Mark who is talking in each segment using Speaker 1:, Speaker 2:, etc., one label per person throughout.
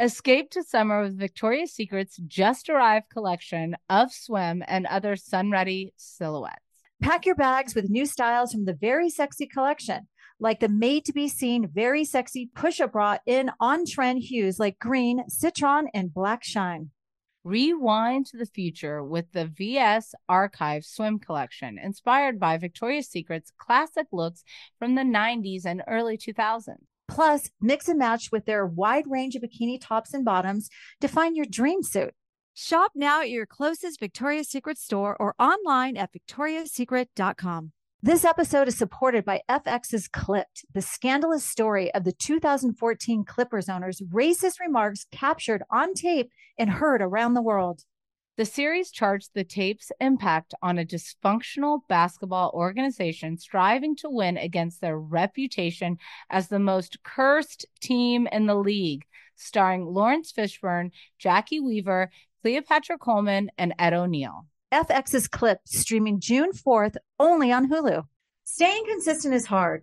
Speaker 1: Escape to summer with Victoria's Secret's just arrived collection of swim and other sun ready silhouettes.
Speaker 2: Pack your bags with new styles from the Very Sexy collection, like the made to be seen Very Sexy push up bra in on trend hues like green, citron, and black shine.
Speaker 1: Rewind to the future with the VS Archive swim collection, inspired by Victoria's Secret's classic looks from the 90s and early 2000s.
Speaker 2: Plus, mix and match with their wide range of bikini tops and bottoms to find your dream suit.
Speaker 3: Shop now at your closest Victoria's Secret store or online at victoriassecret.com.
Speaker 2: This episode is supported by FX's Clipped, the scandalous story of the 2014 Clippers owner's racist remarks captured on tape and heard around the world.
Speaker 1: The series charts the tape's impact on a dysfunctional basketball organization striving to win against their reputation as the most cursed team in the league, starring Lawrence Fishburne, Jackie Weaver, Cleopatra Coleman, and Ed O'Neill.
Speaker 2: FX's clip streaming June 4th only on Hulu. Staying consistent is hard,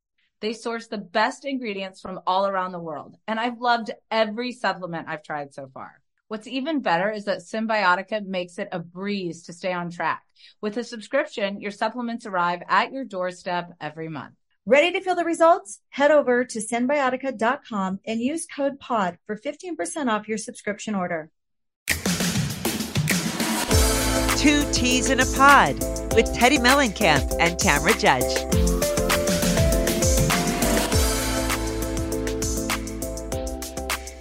Speaker 1: They source the best ingredients from all around the world, and I've loved every supplement I've tried so far. What's even better is that Symbiotica makes it a breeze to stay on track. With a subscription, your supplements arrive at your doorstep every month.
Speaker 2: Ready to feel the results? Head over to symbiotica.com and use code POD for 15% off your subscription order.
Speaker 4: Two Teas in a Pod with Teddy Mellencamp and Tamra Judge.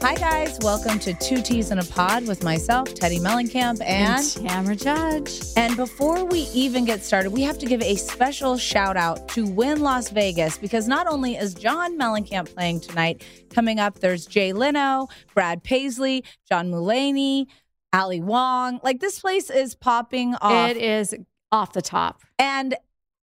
Speaker 1: Hi, guys. Welcome to Two Teas in a Pod with myself, Teddy Mellencamp, and.
Speaker 3: Tamara Judge.
Speaker 1: And before we even get started, we have to give a special shout out to Win Las Vegas because not only is John Mellencamp playing tonight, coming up, there's Jay Leno, Brad Paisley, John Mulaney, Ali Wong. Like, this place is popping off.
Speaker 3: It is off the top.
Speaker 1: and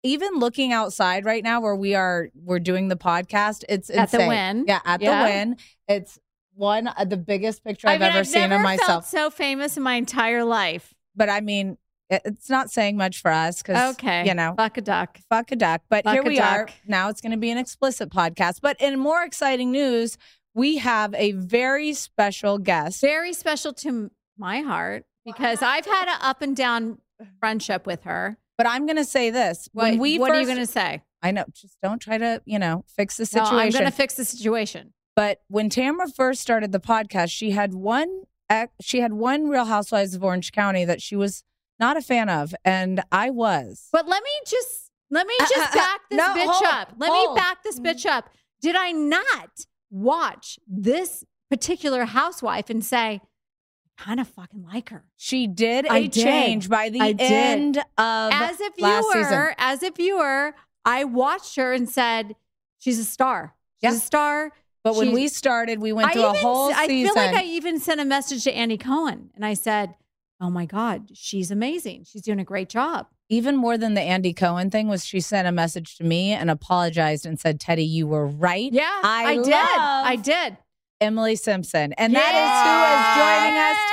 Speaker 1: even looking outside right now where we are, we're doing the podcast, it's
Speaker 3: At the
Speaker 1: insane.
Speaker 3: Wynn.
Speaker 1: Yeah, at
Speaker 3: Yeah.
Speaker 1: the win. It's one of the biggest picture
Speaker 3: I
Speaker 1: I've
Speaker 3: mean,
Speaker 1: ever seen
Speaker 3: never
Speaker 1: of myself.
Speaker 3: Felt so famous in my entire life.
Speaker 1: but I mean, it- it's not saying much for us because,
Speaker 3: Okay.
Speaker 1: you know,
Speaker 3: Fuck a duck.
Speaker 1: fuck a duck. But
Speaker 3: Fuck
Speaker 1: here
Speaker 3: a
Speaker 1: we are.
Speaker 3: duck.
Speaker 1: Now it's going to be an explicit podcast. But in more exciting news, we have a very special guest.
Speaker 3: Very special to m- my heart because I've had an up and down friendship with her.
Speaker 1: But I'm going to say this:
Speaker 3: What,
Speaker 1: when we
Speaker 3: what are you
Speaker 1: first-
Speaker 3: going to say?
Speaker 1: I know, just don't try to, you know, fix the
Speaker 3: No,
Speaker 1: situation.
Speaker 3: I'm going to fix the situation.
Speaker 1: but when Tamra first started the podcast, she had one. ex- She had one Real Housewives of Orange County that she was not a fan of, and I was.
Speaker 3: But let me just let me
Speaker 1: Uh, uh,
Speaker 3: just
Speaker 1: uh,
Speaker 3: back this
Speaker 1: no,
Speaker 3: bitch
Speaker 1: hold,
Speaker 3: up. Let
Speaker 1: hold.
Speaker 3: me back this bitch up. Did I not watch this particular housewife and say, I kind of fucking like her?
Speaker 1: she did a
Speaker 3: I did.
Speaker 1: change by the
Speaker 3: I did.
Speaker 1: end of
Speaker 3: As a
Speaker 1: last
Speaker 3: viewer,
Speaker 1: season.
Speaker 3: as a viewer, I watched her and said, She's a star. She's
Speaker 1: Yeah.
Speaker 3: a star.
Speaker 1: But when
Speaker 3: She's-
Speaker 1: we started, we went through
Speaker 3: even,
Speaker 1: a whole
Speaker 3: I
Speaker 1: season.
Speaker 3: feel like I even sent a message to Andy Cohen and I said, Oh my God, she's amazing. She's doing a great job.
Speaker 1: even more than the Andy Cohen thing was she sent a message to me and apologized and said, Teddy, you were right.
Speaker 3: Yeah,
Speaker 1: I
Speaker 3: I did.
Speaker 1: love-
Speaker 3: I did.
Speaker 1: Emily Simpson. And that is who is joining us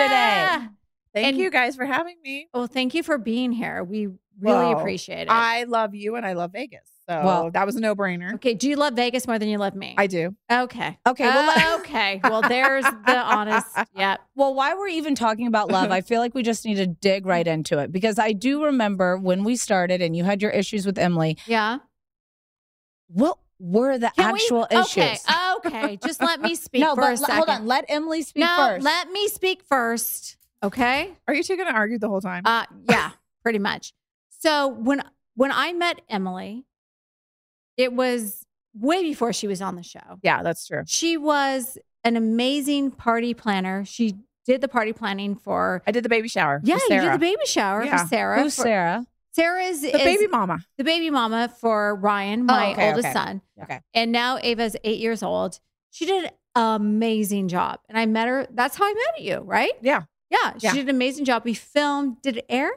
Speaker 1: today.
Speaker 3: Yeah.
Speaker 5: Thank
Speaker 3: And-
Speaker 5: you guys for having me.
Speaker 3: Well, thank you for being here. We really
Speaker 5: Well,
Speaker 3: appreciate it.
Speaker 5: I love you and I love Vegas. So
Speaker 1: Well-
Speaker 5: that was a no brainer.
Speaker 3: okay. Do you love Vegas more than you love me?
Speaker 5: I do.
Speaker 3: okay.
Speaker 1: Okay, well, let-
Speaker 3: okay. Well, there's the honest. Yep.
Speaker 1: Well, why we're even talking about love, I feel like we just need to dig right into it because I do remember when we started and you had your issues with Emily.
Speaker 3: Yeah.
Speaker 1: What were the
Speaker 3: Can we-
Speaker 1: actual issues?
Speaker 3: Okay. Okay. Just let me speak
Speaker 1: no,
Speaker 3: for
Speaker 1: but
Speaker 3: a
Speaker 1: l-
Speaker 3: second.
Speaker 1: hold on. Let Emily speak
Speaker 3: no,
Speaker 1: first.
Speaker 3: let me speak first. Okay.
Speaker 5: Are you two going to argue the whole time?
Speaker 3: Uh, yeah, pretty much. So when when I met Emily, it was way before she was on the show.
Speaker 5: yeah, that's true.
Speaker 3: She was an amazing party planner. She did the party planning for
Speaker 5: I did the baby shower.
Speaker 3: yeah,
Speaker 5: with
Speaker 3: you
Speaker 5: Sarah.
Speaker 3: did the baby shower
Speaker 5: Yeah.
Speaker 3: for Sarah.
Speaker 1: Who's
Speaker 3: For-
Speaker 1: Sarah?
Speaker 3: Sarah is
Speaker 5: The baby mama.
Speaker 3: the baby mama for Ryan, my
Speaker 5: Oh, okay,
Speaker 3: oldest
Speaker 5: okay.
Speaker 3: son.
Speaker 5: Okay.
Speaker 3: And now Ava's eight years old. She did an amazing job. And I met her. That's how I met you, right?
Speaker 5: Yeah.
Speaker 3: Yeah. She
Speaker 5: Yeah.
Speaker 3: did an amazing job. We filmed. Did it air?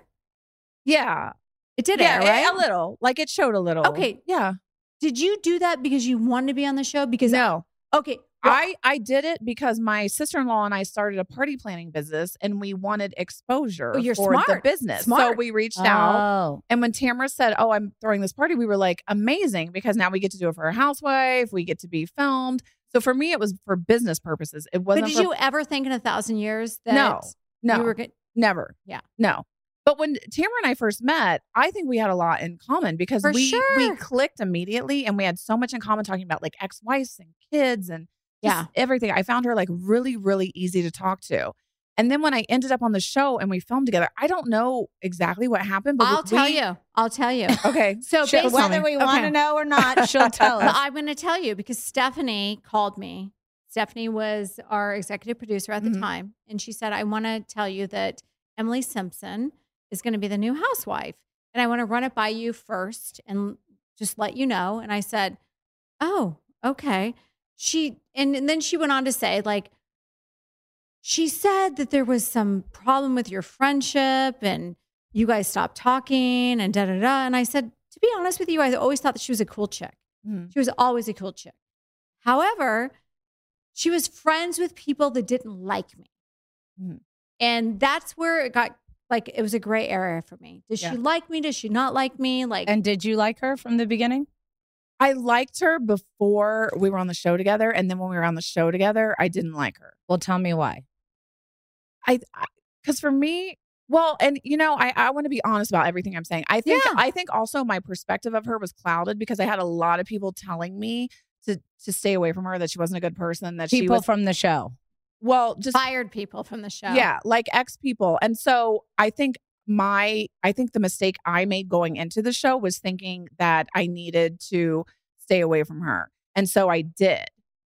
Speaker 5: Yeah.
Speaker 3: It did
Speaker 5: yeah,
Speaker 3: air, right?
Speaker 5: A little. Like it showed a little.
Speaker 3: Okay.
Speaker 5: Yeah.
Speaker 3: Did you do that because you wanted to be on the show? Because
Speaker 5: No.
Speaker 3: okay, well,
Speaker 5: I, I did it because my sister in law and I started a party planning business and we wanted exposure
Speaker 3: Oh, you're
Speaker 5: for the
Speaker 3: smart.
Speaker 5: business. So
Speaker 3: Smart.
Speaker 5: we reached out.
Speaker 1: Oh,
Speaker 5: And when Tamara said, Oh, I'm throwing this party, we were like, Amazing, because now we get to do it for a housewife. We get to be filmed. So for me, it was for business purposes. It
Speaker 3: but
Speaker 5: wasn't
Speaker 3: did
Speaker 5: for-
Speaker 3: you ever think in a thousand years that
Speaker 5: No, no,
Speaker 3: you were good?
Speaker 5: never.
Speaker 3: Yeah.
Speaker 5: No. But when Tamara and I first met, I think we had a lot in common because
Speaker 3: For
Speaker 5: we we
Speaker 3: sure.
Speaker 5: clicked immediately and we had so much in common talking about like ex-wives and kids and just
Speaker 3: Yeah.
Speaker 5: everything. I found her like really, really easy to talk to. And then when I ended up on the show and we filmed together, I don't know exactly what happened, but
Speaker 3: I'll
Speaker 5: we-
Speaker 3: tell you. I'll tell you.
Speaker 5: Okay.
Speaker 3: So basically-
Speaker 5: Share with me.
Speaker 1: whether we want to
Speaker 5: Okay.
Speaker 1: know or not, she'll tell
Speaker 3: But
Speaker 1: us.
Speaker 3: I'm going to tell you because Stephanie called me. Stephanie was our executive producer at the
Speaker 5: Mhm.
Speaker 3: time. And she said, I want to tell you that Emily Simpson is going to be the new housewife. And I want to run it by you first and just let you know. And I said, Oh, okay. She, and, and then she went on to say, like, she said that there was some problem with your friendship and you guys stopped talking and da da da. And I said, to be honest with you, I always thought that she was a cool chick.
Speaker 5: Mhm.
Speaker 3: She was always a cool chick. However, she was friends with people that didn't like me.
Speaker 5: Mhm.
Speaker 3: And that's where it got like it was a gray area for me. Does
Speaker 5: Yeah.
Speaker 3: she like me? Does she not like me? Like
Speaker 1: and did you like her from the beginning?
Speaker 5: I liked her before we were on the show together. And then when we were on the show together, I didn't like her.
Speaker 1: Well, tell me why.
Speaker 5: I, because for me, well, and you know, I, I want to be honest about everything I'm saying. I think
Speaker 3: Yeah.
Speaker 5: I think also my perspective of her was clouded because I had a lot of people telling me to to stay away from her, that she wasn't a good person, that she
Speaker 1: People
Speaker 5: was
Speaker 1: from the show.
Speaker 5: well, just
Speaker 3: fired people from the show.
Speaker 5: yeah, like ex people. And so I think my I think the mistake I made going into the show was thinking that I needed to stay away from her. And so I did.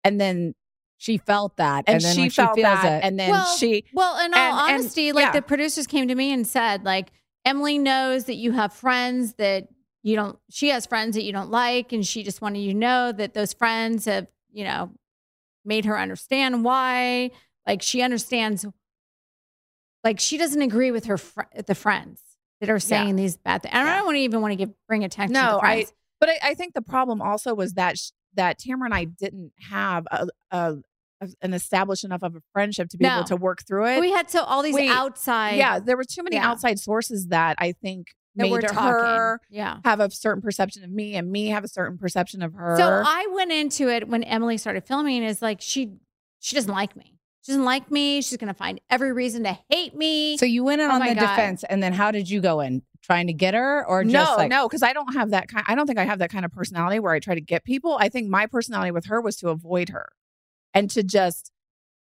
Speaker 5: And then
Speaker 1: She felt that,
Speaker 5: and,
Speaker 1: and, then
Speaker 5: she
Speaker 1: when
Speaker 5: felt
Speaker 1: she feels
Speaker 5: that
Speaker 1: it.
Speaker 5: and then
Speaker 3: Well,
Speaker 5: she
Speaker 3: Well, in all
Speaker 5: And- and-
Speaker 3: honesty, like
Speaker 5: yeah.
Speaker 3: the producers came to me and said, like, Emily knows that you have friends that you don't, she has friends that you don't like. And she just wanted you to know that those friends have, you know, made her understand why. Like, she understands, like, she doesn't agree with her, fr- the friends that are saying these bad things. And I
Speaker 5: Yeah.
Speaker 3: don't want to even want to give, bring attention to
Speaker 5: No,
Speaker 3: the
Speaker 5: I-
Speaker 3: friends.
Speaker 5: But I, I think the problem also was that sh- that Tamara and I didn't have a, a, a- an established enough of a friendship to be
Speaker 3: No.
Speaker 5: able to work through it.
Speaker 3: we had so all these
Speaker 5: Wait,
Speaker 3: outside
Speaker 5: yeah, there were too many
Speaker 3: yeah.
Speaker 5: outside sources that I think
Speaker 3: that
Speaker 5: made
Speaker 3: were
Speaker 5: her
Speaker 3: talking. Yeah.
Speaker 5: have a certain perception of me, and me have a certain perception of her.
Speaker 3: So I went into it when Emily started filming is like she she doesn't like me. She doesn't like me. She's gonna find every reason to hate me.
Speaker 1: so you went in
Speaker 3: Oh
Speaker 1: on
Speaker 3: my
Speaker 1: the
Speaker 3: God.
Speaker 1: defense, and then how did you go in? Trying to get her, or just
Speaker 5: no,
Speaker 1: like
Speaker 5: no, because I don't have that kind. I don't think I have that kind of personality where I try to get people. I think my personality with her was to avoid her, and to just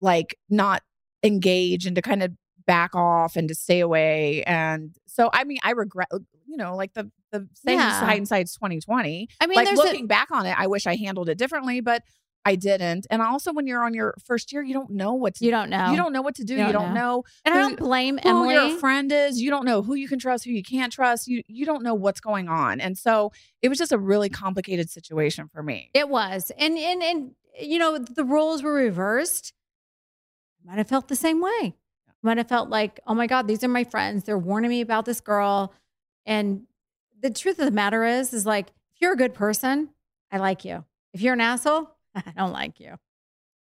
Speaker 5: like not engage and to kind of back off and to stay away. And so, I mean, I regret, uh, you know, like the the same
Speaker 3: Yeah.
Speaker 5: hindsight's twenty twenty.
Speaker 3: I mean,
Speaker 5: Like
Speaker 3: there's
Speaker 5: looking back on it, I wish I handled it differently, but I didn't. And also, when you're on your first year, you don't know what
Speaker 3: a,
Speaker 5: to.
Speaker 3: you don't know.
Speaker 5: You don't know what to do. You don't, know
Speaker 3: and I
Speaker 5: who-
Speaker 3: don't blame
Speaker 5: who
Speaker 3: Emily.
Speaker 5: your friend is. You don't know who you can trust, who you can't trust. You you don't know what's going on, and so it was just a really complicated situation for me.
Speaker 3: It was. And and and you know, the roles were reversed. I might have felt the same way. Might have felt like, oh my God, these are my friends. They're warning me about this girl. And the truth of the matter is, is like, if you're a good person, I like you. If you're an asshole, I don't like you.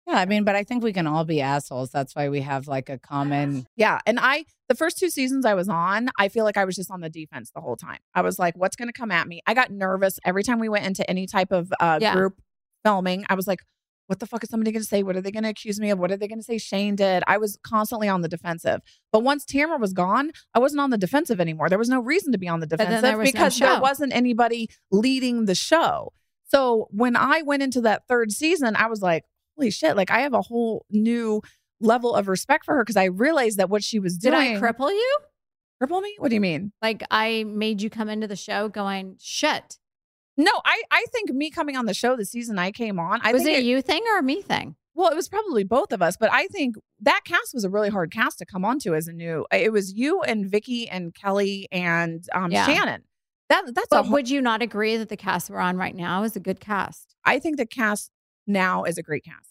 Speaker 1: Yeah, I mean, but I think we can all be assholes. That's why we have like a common.
Speaker 5: Yeah, and I the first two seasons I was on, I feel like I was just on the defense the whole time. I was like, what's going to come at me? I got nervous every time we went into any type of uh,
Speaker 3: Yeah.
Speaker 5: group filming. I was like. What the fuck is somebody going to say? What are they going to accuse me of? What are they going to say Shane did? I was constantly on the defensive. But once Tamara was gone, I wasn't on the defensive anymore. There was no reason to be on the
Speaker 3: then
Speaker 5: defensive
Speaker 3: there was no
Speaker 5: because
Speaker 3: show.
Speaker 5: there wasn't anybody leading the show. So when I went into that third season, I was like, holy shit, like I have a whole new level of respect for her because I realized that what she was
Speaker 3: Did
Speaker 5: doing
Speaker 3: I cripple you?
Speaker 5: cripple me? What do you mean?
Speaker 3: Like I made you come into the show going, shit.
Speaker 5: No, I, I think me coming on the show the season I came on, I
Speaker 3: was
Speaker 5: think
Speaker 3: it, you thing or a me thing?
Speaker 5: well, it was probably both of us, but I think that cast was a really hard cast to come onto as a new. uh, It was you and Vicky and Kelly and um,
Speaker 3: Yeah.
Speaker 5: Shannon. That that's a
Speaker 3: But
Speaker 5: whole,
Speaker 3: would you not agree that the cast we're on right now is a good cast?
Speaker 5: I think the cast now is a great cast.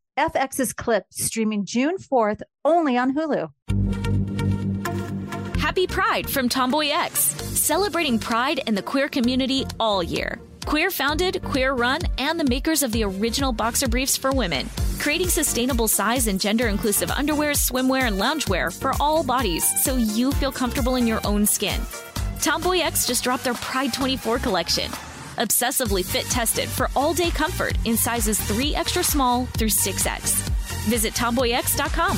Speaker 2: FX's Clipped, streaming June 4th only on Hulu.
Speaker 6: Happy Pride from Tomboy X, celebrating pride and the queer community all year. Queer founded, queer run, and the makers of the original boxer briefs for women, creating sustainable size and gender inclusive underwear, swimwear, and loungewear for all bodies so you feel comfortable in your own skin. Tomboy X just dropped their Pride 24 collection, obsessively fit tested for all day comfort in sizes 3 extra small through 6X. Visit tomboyx.com.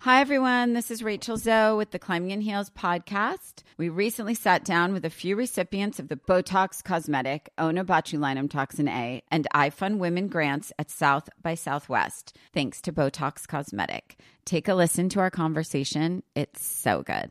Speaker 7: Hi, everyone. This is Rachel Zoe with the Climbing in Heels podcast. We recently sat down with a few recipients of the Botox Cosmetic, Onabotulinum Toxin A, and iFund Women grants at South by Southwest, thanks to Botox Cosmetic. Take a listen to our conversation. It's so good.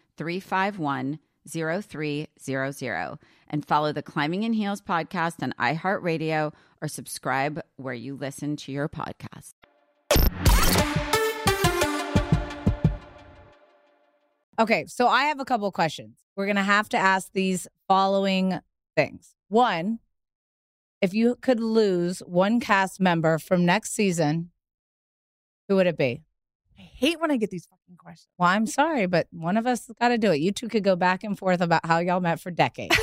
Speaker 7: 351 0300 and follow the Climbing in Heels podcast on iHeartRadio or subscribe where you listen to your podcast.
Speaker 1: Okay, so I have a couple of questions. We're going to have to ask these following things. One, if you could lose one cast member from next season, who would it be?
Speaker 5: I hate when I get these fucking questions.
Speaker 1: Well, I'm sorry, but one of us has got to do it. You two could go back and forth about how y'all met for decades.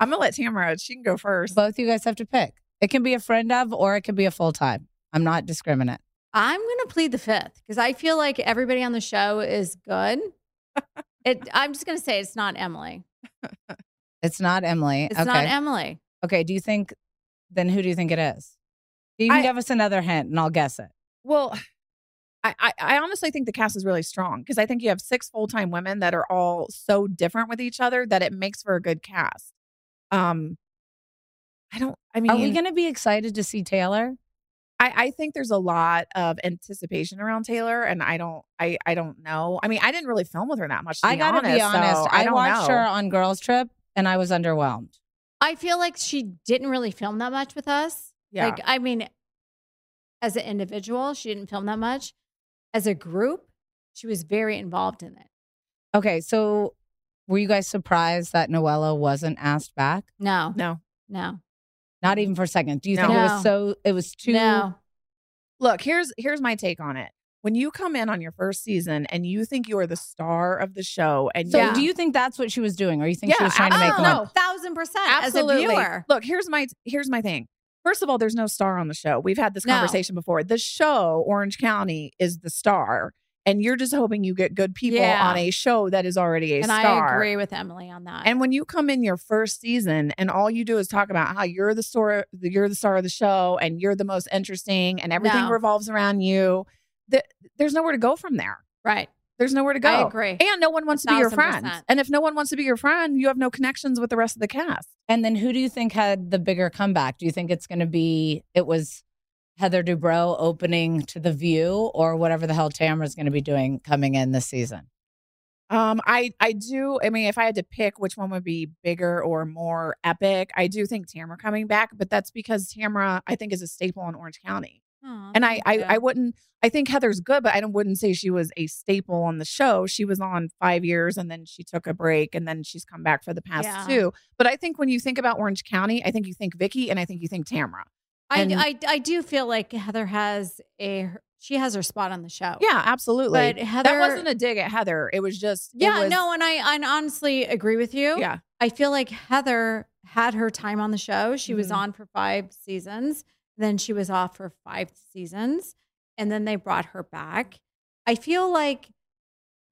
Speaker 5: I'm gonna let Tamara. She can go first.
Speaker 1: Both you guys have to pick. It can be a friend of or it could be a full time. I'm not discriminate.
Speaker 3: I'm going to plead the fifth because I feel like everybody on the show is good. It, I'm just going to say it's not Emily.
Speaker 1: It's not Emily.
Speaker 3: It's
Speaker 1: okay.
Speaker 3: not Emily.
Speaker 1: okay. Do you think, then who do you think it is? You can
Speaker 5: I-
Speaker 1: give us another hint and I'll guess it.
Speaker 5: Well, I, I, I honestly think the cast is really strong because I think you have six full time women that are all so different with each other that it makes for a good cast. Um, I don't. I mean,
Speaker 1: Are we going to be excited to see Taylor?
Speaker 5: I, I think there's a lot of anticipation around Taylor, and I don't. I I don't know. I mean, I didn't really film with her that much. To
Speaker 1: I gotta be honest.
Speaker 5: so
Speaker 1: I,
Speaker 5: don't
Speaker 1: watched
Speaker 5: know.
Speaker 1: her on Girls Trip and I was underwhelmed.
Speaker 3: I feel like she didn't really film that much with us.
Speaker 5: Yeah.
Speaker 3: Like, I mean, as an individual, she didn't film that much. As a group, she was very involved in it.
Speaker 1: Okay, so were you guys surprised that Noella wasn't asked back?
Speaker 3: No,
Speaker 5: no,
Speaker 3: no,
Speaker 1: Not even for a second. Do you
Speaker 5: No.
Speaker 1: think it
Speaker 3: No.
Speaker 1: was so? It was too.
Speaker 3: no.
Speaker 5: look here's here's my take on it when you come in on your first season and you think you are the star of the show and
Speaker 1: So
Speaker 5: you-
Speaker 3: Yeah.
Speaker 1: do you think that's what she was doing, or you think she
Speaker 5: Yeah,
Speaker 1: was trying to make
Speaker 5: oh,
Speaker 1: one?
Speaker 5: no.
Speaker 3: thousand percent.
Speaker 5: absolutely
Speaker 3: As a viewer.
Speaker 5: look here's my here's my thing first of all there's no star on the show we've had this
Speaker 3: No.
Speaker 5: conversation before the show orange county is the star and you're just hoping you get good people
Speaker 3: Yeah.
Speaker 5: on a show that is already a
Speaker 3: and
Speaker 5: star
Speaker 3: I agree with Emily on that.
Speaker 5: and when you come in your first season and all you do is talk about how you're the star, you're the star of the show, and you're the most interesting, and everything
Speaker 3: No.
Speaker 5: revolves around you, th- there's nowhere to go from there.
Speaker 3: right.
Speaker 5: There's nowhere to go.
Speaker 3: I agree.
Speaker 5: And no one wants to be your
Speaker 3: thousand
Speaker 5: friend.
Speaker 3: percent.
Speaker 5: And if no one wants to be your friend, you have no connections with the rest of the cast.
Speaker 1: And then who do you think had the bigger comeback? Do you think it's going to be it was Heather Dubrow opening to the View, or whatever the hell Tamara's going to be doing coming in this season?
Speaker 5: Um, I I do. I mean, if I had to pick which one would be bigger or more epic, I do think Tamara coming back, but that's because Tamara I think is a staple in Orange County.
Speaker 3: Aw,
Speaker 5: And I,
Speaker 3: thank
Speaker 5: I,
Speaker 3: you.
Speaker 5: I wouldn't. I think Heather's good, but I don't, wouldn't say she was a staple on the show. She was on five years, and then she took a break, and then she's come back for the past
Speaker 3: Yeah.
Speaker 5: two. But I think when you think about Orange County, I think you think Vicky, and I think you think Tamra.
Speaker 3: I,
Speaker 5: and-
Speaker 3: I, I do feel like Heather has a she has her spot on the show.
Speaker 5: Yeah, absolutely.
Speaker 3: but Heather
Speaker 5: that wasn't a dig at Heather. It was just. it
Speaker 3: Yeah,
Speaker 5: was-
Speaker 3: no, and I, I honestly agree with you.
Speaker 5: Yeah,
Speaker 3: I feel like Heather had her time on the show. She was
Speaker 1: Mm-hmm.
Speaker 5: Mhm.
Speaker 3: on for five seasons, then she was off for five seasons, and then they brought her back. I feel like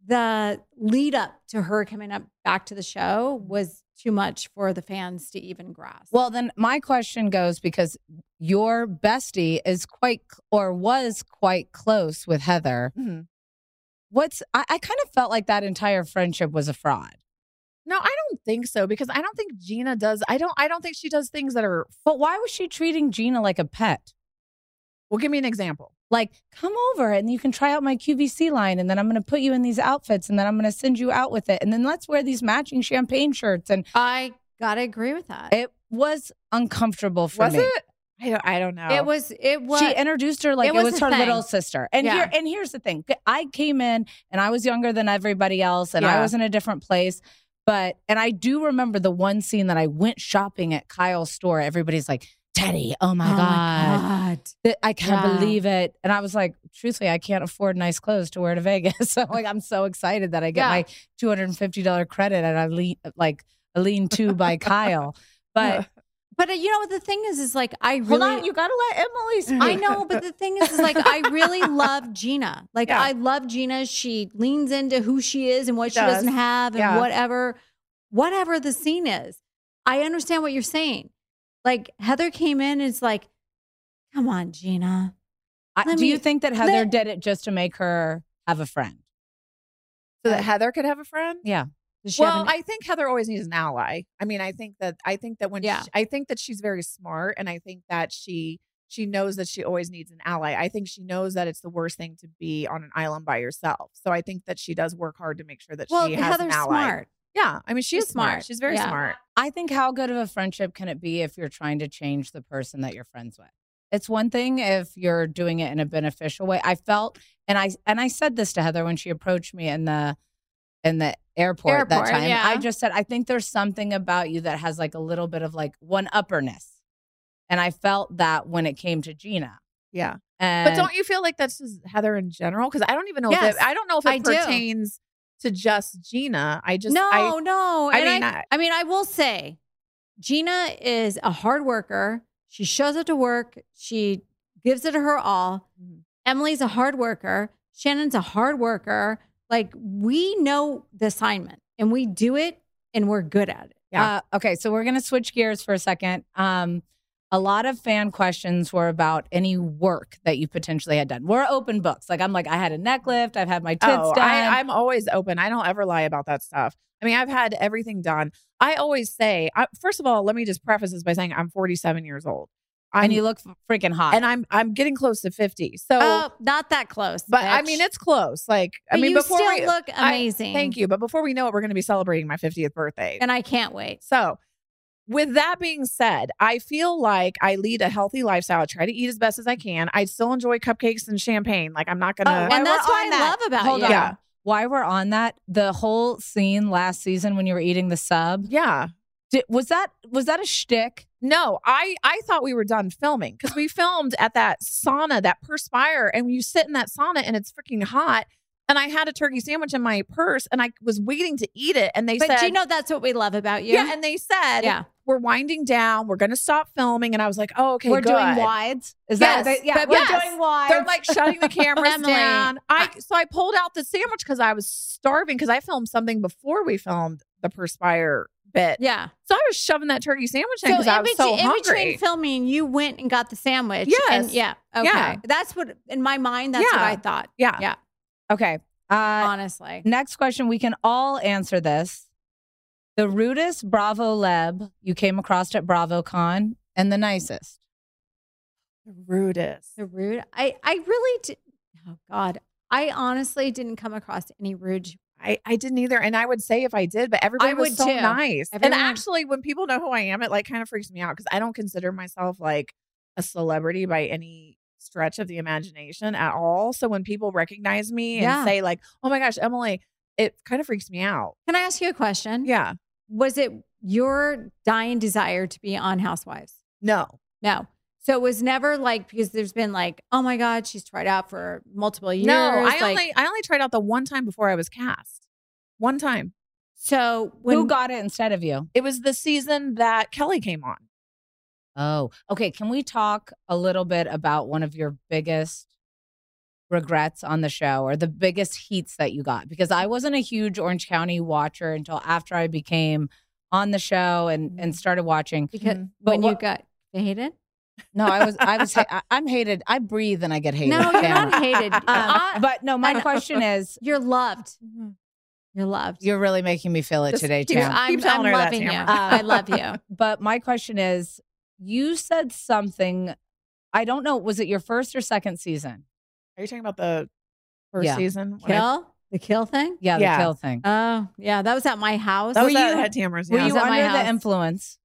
Speaker 3: the lead up to her coming up back to the show was too much for the fans to even grasp.
Speaker 1: Well, then my question goes because your bestie is quite cl- or was quite close with Heather.
Speaker 5: Mhm.
Speaker 1: What's I, I kind of felt like that entire friendship was a fraud.
Speaker 5: no, I don't think so because I don't think Gina does. I don't. I don't think she does things that are.
Speaker 1: But why was she treating Gina like a pet?
Speaker 5: Well, give me an example.
Speaker 1: Like, come over and you can try out my QVC line, and then I'm going to put you in these outfits, and then I'm going to send you out with it, and then let's wear these matching champagne shirts. And
Speaker 3: I gotta agree with that.
Speaker 1: it was uncomfortable for
Speaker 5: was
Speaker 1: me.
Speaker 5: it? I don't. I don't know.
Speaker 3: It was it was
Speaker 1: She introduced her like
Speaker 3: It
Speaker 1: it
Speaker 3: was
Speaker 1: was,
Speaker 3: a
Speaker 1: her
Speaker 3: thing.
Speaker 1: little sister. And
Speaker 3: Yeah.
Speaker 1: here and here's the thing. I came in and I was younger than everybody else and
Speaker 5: Yeah.
Speaker 1: I was in a different place. But and I do remember the one scene that I went shopping at Kyle's store. Everybody's like, Teddy, oh my
Speaker 3: Oh
Speaker 1: God.
Speaker 3: my God.
Speaker 1: Th- I can't
Speaker 3: Yeah.
Speaker 1: believe it. And I was like, truthfully, I can't afford nice clothes to wear to Vegas. so like I'm so excited that I get
Speaker 3: Yeah.
Speaker 1: my two hundred and fifty dollar credit at a lean like a lean to by Kyle. But
Speaker 3: But uh, you know what the thing is is like I really
Speaker 1: hold on, you gotta let Emily speak.
Speaker 3: I know, but the thing is, is like I really love Gina. Like
Speaker 5: Yeah.
Speaker 3: I love Gina. She leans into who she is and what she
Speaker 5: does.
Speaker 3: doesn't have and
Speaker 5: Yeah.
Speaker 3: whatever whatever the scene is. I understand what you're saying. Like Heather came in and it's like, come on, Gina.
Speaker 1: I,
Speaker 3: Let
Speaker 1: do
Speaker 3: me-
Speaker 1: you think that Heather
Speaker 3: let-
Speaker 1: did it just to make her have a friend?
Speaker 5: so that Heather could have a friend.
Speaker 3: Does she have
Speaker 5: Well,
Speaker 3: an-
Speaker 5: I think Heather always needs an ally. I mean, I think that I think that when
Speaker 3: Yeah.
Speaker 5: she, I think that she's very smart, and I think that she she knows that she always needs an ally. I think she knows that it's the worst thing to be on an island by yourself. So I think that she does work hard to make sure that
Speaker 3: well,
Speaker 5: she has
Speaker 3: Heather's
Speaker 5: an ally.
Speaker 3: smart.
Speaker 5: Yeah, I mean, she
Speaker 3: She's
Speaker 5: is smart.
Speaker 3: smart.
Speaker 5: She's very
Speaker 3: Yeah.
Speaker 5: smart.
Speaker 1: I think how good of a friendship can it be if you're trying to change the person that you're friends with? It's one thing if you're doing it in a beneficial way. I felt and I and I said this to Heather when she approached me in the in the airport,
Speaker 3: Airport,
Speaker 1: that time.
Speaker 3: yeah.
Speaker 1: I just said I think there's something about you that has like a little bit of like one upperness. And I felt that when it came to Gina.
Speaker 5: Yeah.
Speaker 1: And
Speaker 5: But don't you feel like that's just Heather in general? Because I don't even know.
Speaker 3: Yes,
Speaker 5: if it, I don't know if it
Speaker 3: I do.
Speaker 5: pertains to just Gina. I just
Speaker 3: no,
Speaker 5: I,
Speaker 3: no.
Speaker 5: I
Speaker 3: and
Speaker 5: mean,
Speaker 3: I,
Speaker 5: I-
Speaker 3: I mean, I will say, Gina is a hard worker. She shows up to work. She gives it her all. Emily's a hard worker. Shannon's a hard worker. Like we know the assignment and we do it and we're good at it.
Speaker 5: Yeah.
Speaker 1: Uh, okay, so we're going to switch gears for a second. Um, a lot of fan questions were about any work that you potentially had done. We're open books. Like I'm like, I had a neck lift. I've had my tits
Speaker 5: oh,
Speaker 1: done.
Speaker 5: I, I'm always open. I don't ever lie about that stuff. I mean, I've had everything done. I always say, I, first of all, let me just preface this by saying I'm 47 years old. I'm,
Speaker 1: and you look f- freaking hot.
Speaker 5: and I'm I'm getting close to 50. So,
Speaker 3: Oh, not that close.
Speaker 5: but I
Speaker 3: bitch.
Speaker 5: mean, it's close. Like, I
Speaker 3: But
Speaker 5: mean,
Speaker 3: you
Speaker 5: before
Speaker 3: still
Speaker 5: we,
Speaker 3: look
Speaker 5: I-
Speaker 3: amazing.
Speaker 5: thank you. But before we know it, we're going to be celebrating my 50th birthday.
Speaker 3: And I can't wait.
Speaker 5: So, with that being said, I feel like I lead a healthy lifestyle. I try to eat as best as I can. I still enjoy cupcakes and champagne. Like, I'm not going to.
Speaker 1: Why
Speaker 3: Oh, and
Speaker 1: we're
Speaker 3: that's
Speaker 1: on
Speaker 3: what I
Speaker 1: that.
Speaker 3: love about
Speaker 1: Hold
Speaker 3: you.
Speaker 1: on.
Speaker 5: Yeah.
Speaker 1: Why we're on that? The whole scene last season when you were eating the sub
Speaker 5: yeah.
Speaker 1: did, was that was that a shtick?
Speaker 5: No, I I thought we were done filming because we filmed at that sauna, that perspire, and you sit in that sauna and it's freaking hot. And I had a turkey sandwich in my purse, and I was waiting to eat it, and they
Speaker 3: But
Speaker 5: said,
Speaker 3: do you know that's what we love about you?
Speaker 5: "Yeah," and they said,
Speaker 3: Yeah.
Speaker 5: we're winding down, we're gonna stop filming." And I was like, "Oh, okay,
Speaker 1: we're doing
Speaker 5: good."
Speaker 1: wides. Is
Speaker 5: Yes,
Speaker 1: that what they- yeah?
Speaker 5: but
Speaker 1: we're
Speaker 5: yes.
Speaker 1: doing wides.
Speaker 5: They're like shutting the cameras
Speaker 3: Emily,
Speaker 5: down. I so I pulled out the sandwich because I was starving because I filmed something before we filmed the perspire bit.
Speaker 3: yeah.
Speaker 5: So I was shoving that turkey sandwich in
Speaker 3: So
Speaker 5: because
Speaker 3: in,
Speaker 5: I was
Speaker 3: between,
Speaker 5: so
Speaker 3: in
Speaker 5: hungry.
Speaker 3: between filming, you went and got the sandwich. And
Speaker 5: Yes.
Speaker 3: yeah. Okay.
Speaker 5: Yeah.
Speaker 3: That's what in my mind. That's
Speaker 5: Yeah.
Speaker 3: what I thought.
Speaker 5: yeah.
Speaker 3: Yeah.
Speaker 1: okay. Uh,
Speaker 3: honestly.
Speaker 1: Next question. We can all answer this. The rudest Bravo Leb you came across at BravoCon and the nicest.
Speaker 5: The rudest.
Speaker 3: The rude. I. I really. Did, oh God. I honestly didn't come across any rude.
Speaker 5: I, I didn't either. And I would say if I did, but everybody was
Speaker 3: would
Speaker 5: so
Speaker 3: too.
Speaker 5: nice.
Speaker 3: Everyone-
Speaker 5: And actually, when people know who I am, it like kind of freaks me out because I don't consider myself like a celebrity by any stretch of the imagination at all. So when people recognize me and
Speaker 3: Yeah.
Speaker 5: say like, "Oh my gosh, Emily," it kind of freaks me out.
Speaker 3: Can I ask you a question?
Speaker 5: Yeah.
Speaker 3: Was it your dying desire to be on Housewives?
Speaker 5: No.
Speaker 3: No. So it was never like because there's been like, oh my God, she's tried out for multiple years.
Speaker 5: No, I
Speaker 3: like-
Speaker 5: only I only tried out the one time before I was cast. One time.
Speaker 3: so when
Speaker 1: Who got it instead of you?
Speaker 5: It was the season that Kelly came on.
Speaker 1: Oh, okay. Can we talk a little bit about one of your biggest regrets on the show or the biggest heats that you got? Because I wasn't a huge Orange County watcher until after I became on the show and, and started watching.
Speaker 3: because
Speaker 5: Mm-hmm.
Speaker 1: But
Speaker 3: when you
Speaker 1: what-
Speaker 3: got hated?
Speaker 1: No, I was, I was, I, I'm hated. I breathe and I get hated.
Speaker 3: No, you're
Speaker 1: Damn
Speaker 3: not
Speaker 1: it.
Speaker 3: hated.
Speaker 1: Um,
Speaker 3: Uh,
Speaker 1: but no,
Speaker 3: I
Speaker 1: my
Speaker 3: know.
Speaker 1: question is,
Speaker 3: you're loved. You're loved.
Speaker 1: you're really making me feel it
Speaker 5: Just
Speaker 1: today,
Speaker 5: keep-
Speaker 1: Tam.
Speaker 3: I'm,
Speaker 5: telling
Speaker 3: I'm
Speaker 5: her that,
Speaker 3: loving you.
Speaker 5: Tamara.
Speaker 3: I love you.
Speaker 1: but my question is you said something i don't know was it your first or second season
Speaker 5: Are you talking about the first
Speaker 1: Yeah.
Speaker 5: season? When I-
Speaker 3: Kill? The kill thing?
Speaker 1: yeah the
Speaker 5: Yeah.
Speaker 1: kill thing
Speaker 3: Oh, yeah. That was at my house.
Speaker 5: That was
Speaker 3: Were
Speaker 5: at
Speaker 3: you-
Speaker 5: Head Tamara's.
Speaker 1: were
Speaker 5: yeah.
Speaker 1: you
Speaker 3: at my
Speaker 1: under
Speaker 3: house.
Speaker 1: the influence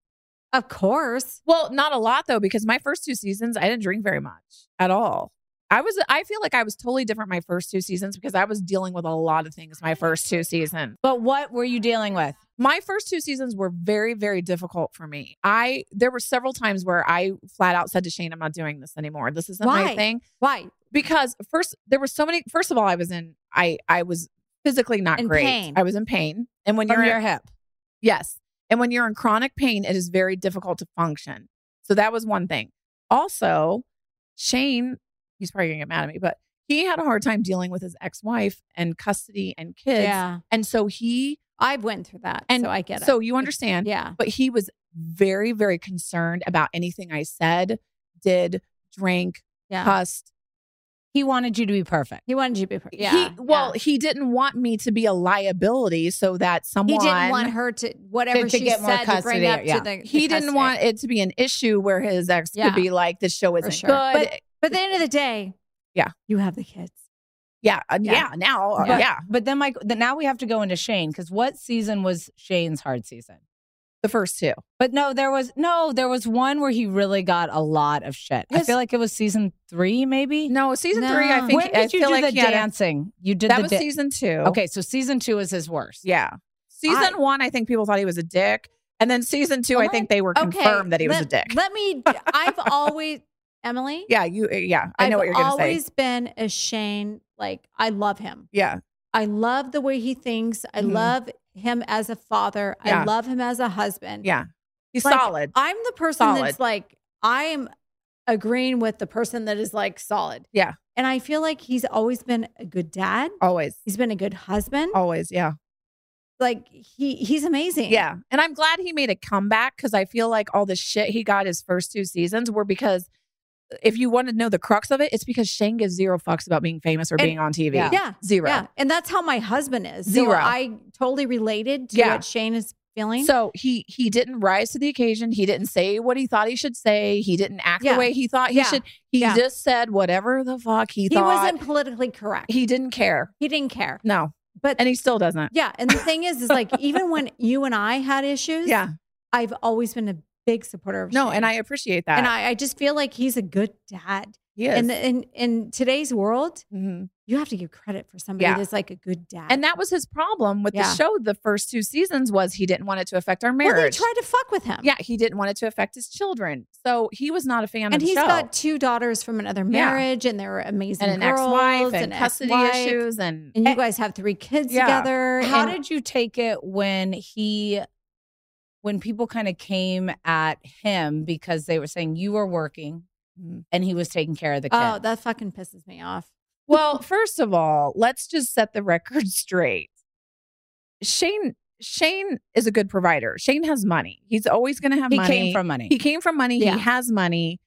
Speaker 3: Of course.
Speaker 5: Well, not a lot though, because my first two seasons, I didn't drink very much at all. I was, I feel like I was totally different my first two seasons because I was dealing with a lot of things my first two seasons.
Speaker 1: but what were you dealing with
Speaker 5: My first two seasons were very, very difficult for me. I, there were several times where I flat out said to Shane, I'm not doing this anymore. This isn't
Speaker 3: Why?
Speaker 5: my thing.
Speaker 3: Why?
Speaker 5: Because first, there were so many, first of all, I was in, I, I was physically not
Speaker 3: In
Speaker 5: great.
Speaker 3: pain.
Speaker 5: I was in pain. And when
Speaker 1: from
Speaker 5: you're,
Speaker 1: your hip
Speaker 5: Yes. And when you're in chronic pain, it is very difficult to function. So that was one thing. Also, Shane, he's probably going to get mad at me, but he had a hard time dealing with his ex wife and custody and kids.
Speaker 3: Yeah.
Speaker 5: And so he,
Speaker 3: I went through that.
Speaker 5: And
Speaker 3: so I get it.
Speaker 5: so you understand,
Speaker 3: yeah.
Speaker 5: but he was very, very concerned about anything I said, did, drank,
Speaker 3: Yeah.
Speaker 5: cussed.
Speaker 1: he wanted you to be perfect
Speaker 3: He wanted you to be. per- Yeah.
Speaker 5: He, well, he didn't want me to be a liability so that someone.
Speaker 3: yeah. he didn't want her to whatever
Speaker 1: to
Speaker 3: she
Speaker 1: get more
Speaker 3: said to bring
Speaker 1: custody,
Speaker 3: up
Speaker 1: yeah.
Speaker 3: to the.
Speaker 5: he
Speaker 3: the
Speaker 5: didn't
Speaker 3: custody.
Speaker 5: want it to be an issue where his ex
Speaker 3: Yeah.
Speaker 5: could be like, "This show isn't
Speaker 3: sure.
Speaker 5: good."
Speaker 3: But at the end of the day,
Speaker 5: Yeah.
Speaker 3: you have the kids.
Speaker 5: yeah, uh,
Speaker 3: Yeah.
Speaker 5: yeah, Now, uh,
Speaker 1: But-
Speaker 5: yeah,
Speaker 1: but then my then now we have to go into shane because what season was shane's hard season
Speaker 5: the first two.
Speaker 1: but no there was no there was one where he really got a lot of shit i
Speaker 5: His-
Speaker 1: feel like it was season three maybe
Speaker 5: No, season three.
Speaker 3: No.
Speaker 5: I think
Speaker 1: when did
Speaker 5: I
Speaker 1: you
Speaker 5: feel
Speaker 1: do
Speaker 5: like
Speaker 1: the
Speaker 5: he had a-
Speaker 1: dancing you did
Speaker 5: that
Speaker 1: the
Speaker 5: was
Speaker 1: da-
Speaker 5: season two.
Speaker 1: okay so season two is his worst
Speaker 5: yeah. Season one, I think people thought he was a dick, and then season two, I
Speaker 3: Well,
Speaker 5: think they were
Speaker 3: Okay.
Speaker 5: confirmed that he was
Speaker 3: let-
Speaker 5: a dick.
Speaker 3: Let me. I've always Emily.
Speaker 5: yeah, you. uh, Yeah, I know
Speaker 3: I've
Speaker 5: what you're gonna
Speaker 3: always
Speaker 5: say.
Speaker 3: been a Shane. Like I love him.
Speaker 5: Yeah,
Speaker 3: I love the way he thinks. I
Speaker 5: Mhm.
Speaker 3: love him as a father. I
Speaker 5: Yeah.
Speaker 3: love him as a husband.
Speaker 5: yeah. He's
Speaker 3: Like,
Speaker 5: solid.
Speaker 3: I'm the person that's
Speaker 5: Solid.
Speaker 3: like, I am agreeing with the person that is like solid.
Speaker 5: Yeah.
Speaker 3: And I feel like he's always been a good dad.
Speaker 5: Always,
Speaker 3: He's been a good husband.
Speaker 5: always. Yeah.
Speaker 3: Like he he's amazing.
Speaker 5: Yeah. And I'm glad he made a comeback because I feel like all the shit he got his first two seasons were because uh, if you want to know the crux of it, it's because Shane gives zero fucks about being famous or
Speaker 3: And-
Speaker 5: being on TV.
Speaker 1: Yeah.
Speaker 3: Yeah.
Speaker 5: Zero.
Speaker 3: Yeah. And that's how my husband is. So
Speaker 5: Zero.
Speaker 3: I totally related to
Speaker 5: Yeah.
Speaker 3: what Shane is feeling.
Speaker 5: So he he didn't rise to the occasion. He didn't say what he thought he should say. He didn't act
Speaker 3: Yeah.
Speaker 5: the way he thought he
Speaker 3: Yeah.
Speaker 5: should. He
Speaker 3: Yeah.
Speaker 5: just said whatever the fuck he,
Speaker 3: he
Speaker 5: thought.
Speaker 3: wasn't politically correct.
Speaker 5: he didn't care.
Speaker 3: he didn't care.
Speaker 5: No.
Speaker 3: But
Speaker 5: And he still doesn't.
Speaker 3: yeah. And the thing is, is like even when you and I had issues,
Speaker 5: Yeah.
Speaker 3: I've always been a big supporter of
Speaker 5: No,
Speaker 3: Shane.
Speaker 5: and I appreciate that.
Speaker 3: and I, I just feel like he's a good dad.
Speaker 5: he is.
Speaker 3: And in in today's world,
Speaker 5: Mhm.
Speaker 3: you have to give credit for somebody
Speaker 5: Yeah.
Speaker 3: that's like a good dad.
Speaker 5: And that was his problem with
Speaker 3: Yeah.
Speaker 5: the show the first two seasons was he didn't want it to affect our
Speaker 3: well, they
Speaker 5: marriage.
Speaker 3: tried to fuck with him.
Speaker 5: Yeah, he didn't want it to affect his children. So he was not a fan
Speaker 3: and
Speaker 5: of the
Speaker 3: he's
Speaker 5: show.
Speaker 3: got two daughters from another marriage, and they're amazing
Speaker 5: and an
Speaker 3: girls,
Speaker 5: ex-wife and, custody
Speaker 3: ex-wife,
Speaker 5: issues and
Speaker 3: And you guys have three kids
Speaker 5: Eh, Yeah.
Speaker 3: together.
Speaker 1: How
Speaker 3: and-
Speaker 1: did you take it when he, when people kind of came at him because they were saying you were working
Speaker 5: Mhm.
Speaker 1: and he was taking care of the kid?
Speaker 3: Oh, that fucking pisses me off.
Speaker 5: well, first of all, let's just set the record straight. Shane Shane is a good provider. Shane has money. He's always going to have
Speaker 1: he
Speaker 5: money.
Speaker 1: came from money.
Speaker 5: He came from money.
Speaker 3: Yeah.
Speaker 5: He has money.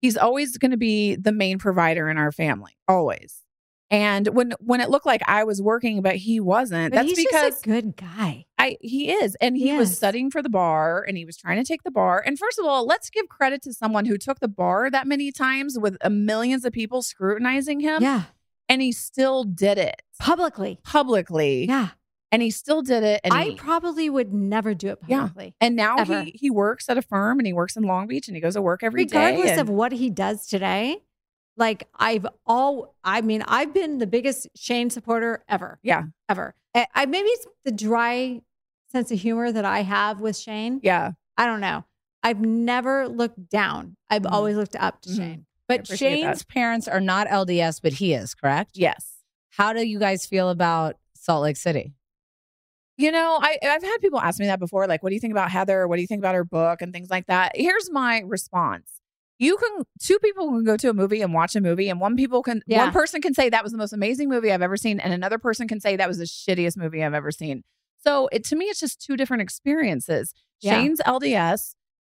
Speaker 5: He's always going to be the main provider in our family, always. And when when it looked like I was working but he wasn't,
Speaker 3: But
Speaker 5: that's
Speaker 3: he's
Speaker 5: because
Speaker 3: just a good guy.
Speaker 5: I he is, and he
Speaker 3: Yes.
Speaker 5: was studying for the bar, and he was trying to take the bar. And first of all, let's give credit to someone who took the bar that many times with uh, millions of people scrutinizing him,
Speaker 3: yeah,
Speaker 5: and he still did it
Speaker 3: publicly.
Speaker 5: publicly,
Speaker 3: Yeah,
Speaker 5: and he still did it. And
Speaker 3: I
Speaker 5: he-
Speaker 3: probably would never do it
Speaker 5: Yeah.
Speaker 3: publicly,
Speaker 5: and now
Speaker 3: ever.
Speaker 5: he he works at a firm, and he works in Long Beach, and he goes to work every day.
Speaker 3: regardless
Speaker 5: and-
Speaker 3: of what he does today. Like I've all, I mean, I've been the biggest Shane supporter ever.
Speaker 5: Yeah.
Speaker 3: ever. I, I maybe it's the dry sense of humor that I have with Shane.
Speaker 5: Yeah.
Speaker 3: I don't know. I've never looked down. I've
Speaker 5: Mhm.
Speaker 3: always looked up to
Speaker 5: Mhm.
Speaker 3: Shane.
Speaker 1: But
Speaker 5: appreciate
Speaker 1: Shane's parents are not LDS, but he is, correct?
Speaker 5: Yes.
Speaker 1: How do you guys feel about Salt Lake City?
Speaker 5: You know, I, I've had people ask me that before, like, what do you think about Heather? What do you think about her book and things like that? Here's my response. You can two people can go to a movie and watch a movie, and one people can
Speaker 3: Yeah.
Speaker 5: one person can say that was the most amazing movie I've ever seen, and another person can say that was the shittiest movie I've ever seen. So it to me, it's just two different experiences.
Speaker 3: Yeah.
Speaker 5: Shane's LDS,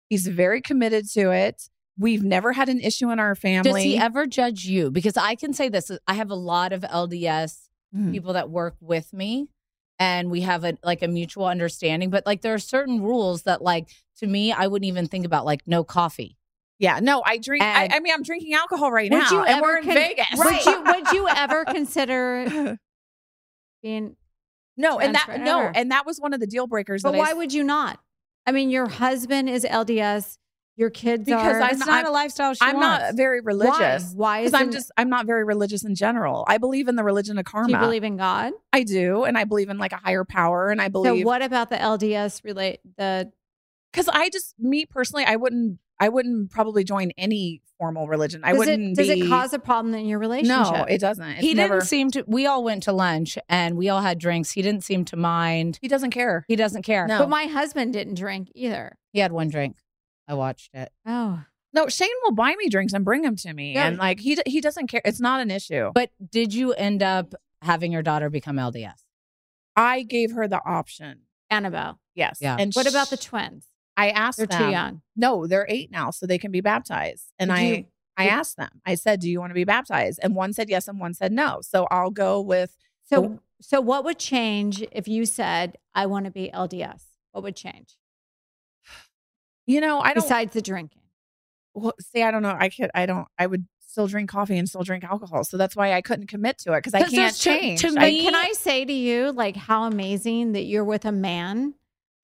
Speaker 5: he's very committed to it. We've never had an issue in our family.
Speaker 1: Does he ever judge you? Because I can say this I have a lot of LDS
Speaker 5: Mhm.
Speaker 1: people that work with me and we have a like a mutual understanding but like there are certain rules that like to me I wouldn't even think about like no coffee.
Speaker 5: Yeah, no, I drink. I,
Speaker 1: And-
Speaker 5: I mean, I'm drinking alcohol right
Speaker 3: Would
Speaker 5: now,
Speaker 3: you
Speaker 5: and
Speaker 3: ever
Speaker 5: we're in
Speaker 3: con-
Speaker 5: Vegas.
Speaker 3: Would you would you ever consider being
Speaker 5: no, and that
Speaker 3: Transfer
Speaker 5: no,
Speaker 3: over.
Speaker 5: and that was one of the deal breakers.
Speaker 3: But
Speaker 5: that I
Speaker 3: why
Speaker 5: s-
Speaker 3: would you not? I mean, your husband is LDS, your kids
Speaker 5: Because
Speaker 3: are
Speaker 5: I'm
Speaker 1: It's not
Speaker 5: I'm-
Speaker 1: a lifestyle she
Speaker 5: I'm not
Speaker 1: wants.
Speaker 5: very
Speaker 3: Why?
Speaker 5: religious
Speaker 3: Why is
Speaker 5: because I'm just I'm not very religious in general. I believe in the religion of
Speaker 3: do you
Speaker 5: karma.
Speaker 3: believe in God?
Speaker 5: I do, and I believe in like a higher power, and I
Speaker 3: So
Speaker 5: believe
Speaker 3: what about the LDS relate the
Speaker 5: because I just me personally, I wouldn't I wouldn't probably join any formal religion. I
Speaker 3: does
Speaker 5: wouldn't.
Speaker 3: it does
Speaker 5: be-
Speaker 3: it cause a problem in your relationship?
Speaker 5: No, it doesn't. It's
Speaker 1: he
Speaker 5: never,
Speaker 1: didn't seem to we all went to lunch and we all had drinks. He didn't seem to mind.
Speaker 5: He doesn't care.
Speaker 1: He doesn't care.
Speaker 5: No.
Speaker 3: But my husband didn't drink either.
Speaker 1: He had one drink. I watched it.
Speaker 3: Oh.
Speaker 5: No, Shane will buy me drinks and bring them to me,
Speaker 3: Yeah.
Speaker 5: and like he d- he doesn't care. It's not an issue.
Speaker 1: But did you end up having your daughter become LDS?
Speaker 5: I gave her the option.
Speaker 3: Annabelle.
Speaker 5: Yes.
Speaker 1: Yeah.
Speaker 5: And
Speaker 3: What about the
Speaker 5: sh-
Speaker 3: twins?
Speaker 5: I asked
Speaker 3: They're
Speaker 5: them.
Speaker 3: too young.
Speaker 5: No, they're eight now, so they can be baptized. And
Speaker 3: Did
Speaker 5: I,
Speaker 3: you-
Speaker 5: I asked them. I said, "Do you want to be baptized?" And one said yes, and one said no. So I'll go with
Speaker 3: So so what would change if you said, I want to be LDS? What would change?
Speaker 5: you know I don't
Speaker 3: Besides the drinking.
Speaker 5: well, see. I don't know. I could. I don't. I would still drink coffee and still drink alcohol. So that's why I couldn't commit to it because I
Speaker 1: 'Cause
Speaker 5: can't
Speaker 1: there's two-
Speaker 5: change.
Speaker 1: to
Speaker 5: I-
Speaker 1: me-
Speaker 3: Can I say to you, like, how amazing that you're with a man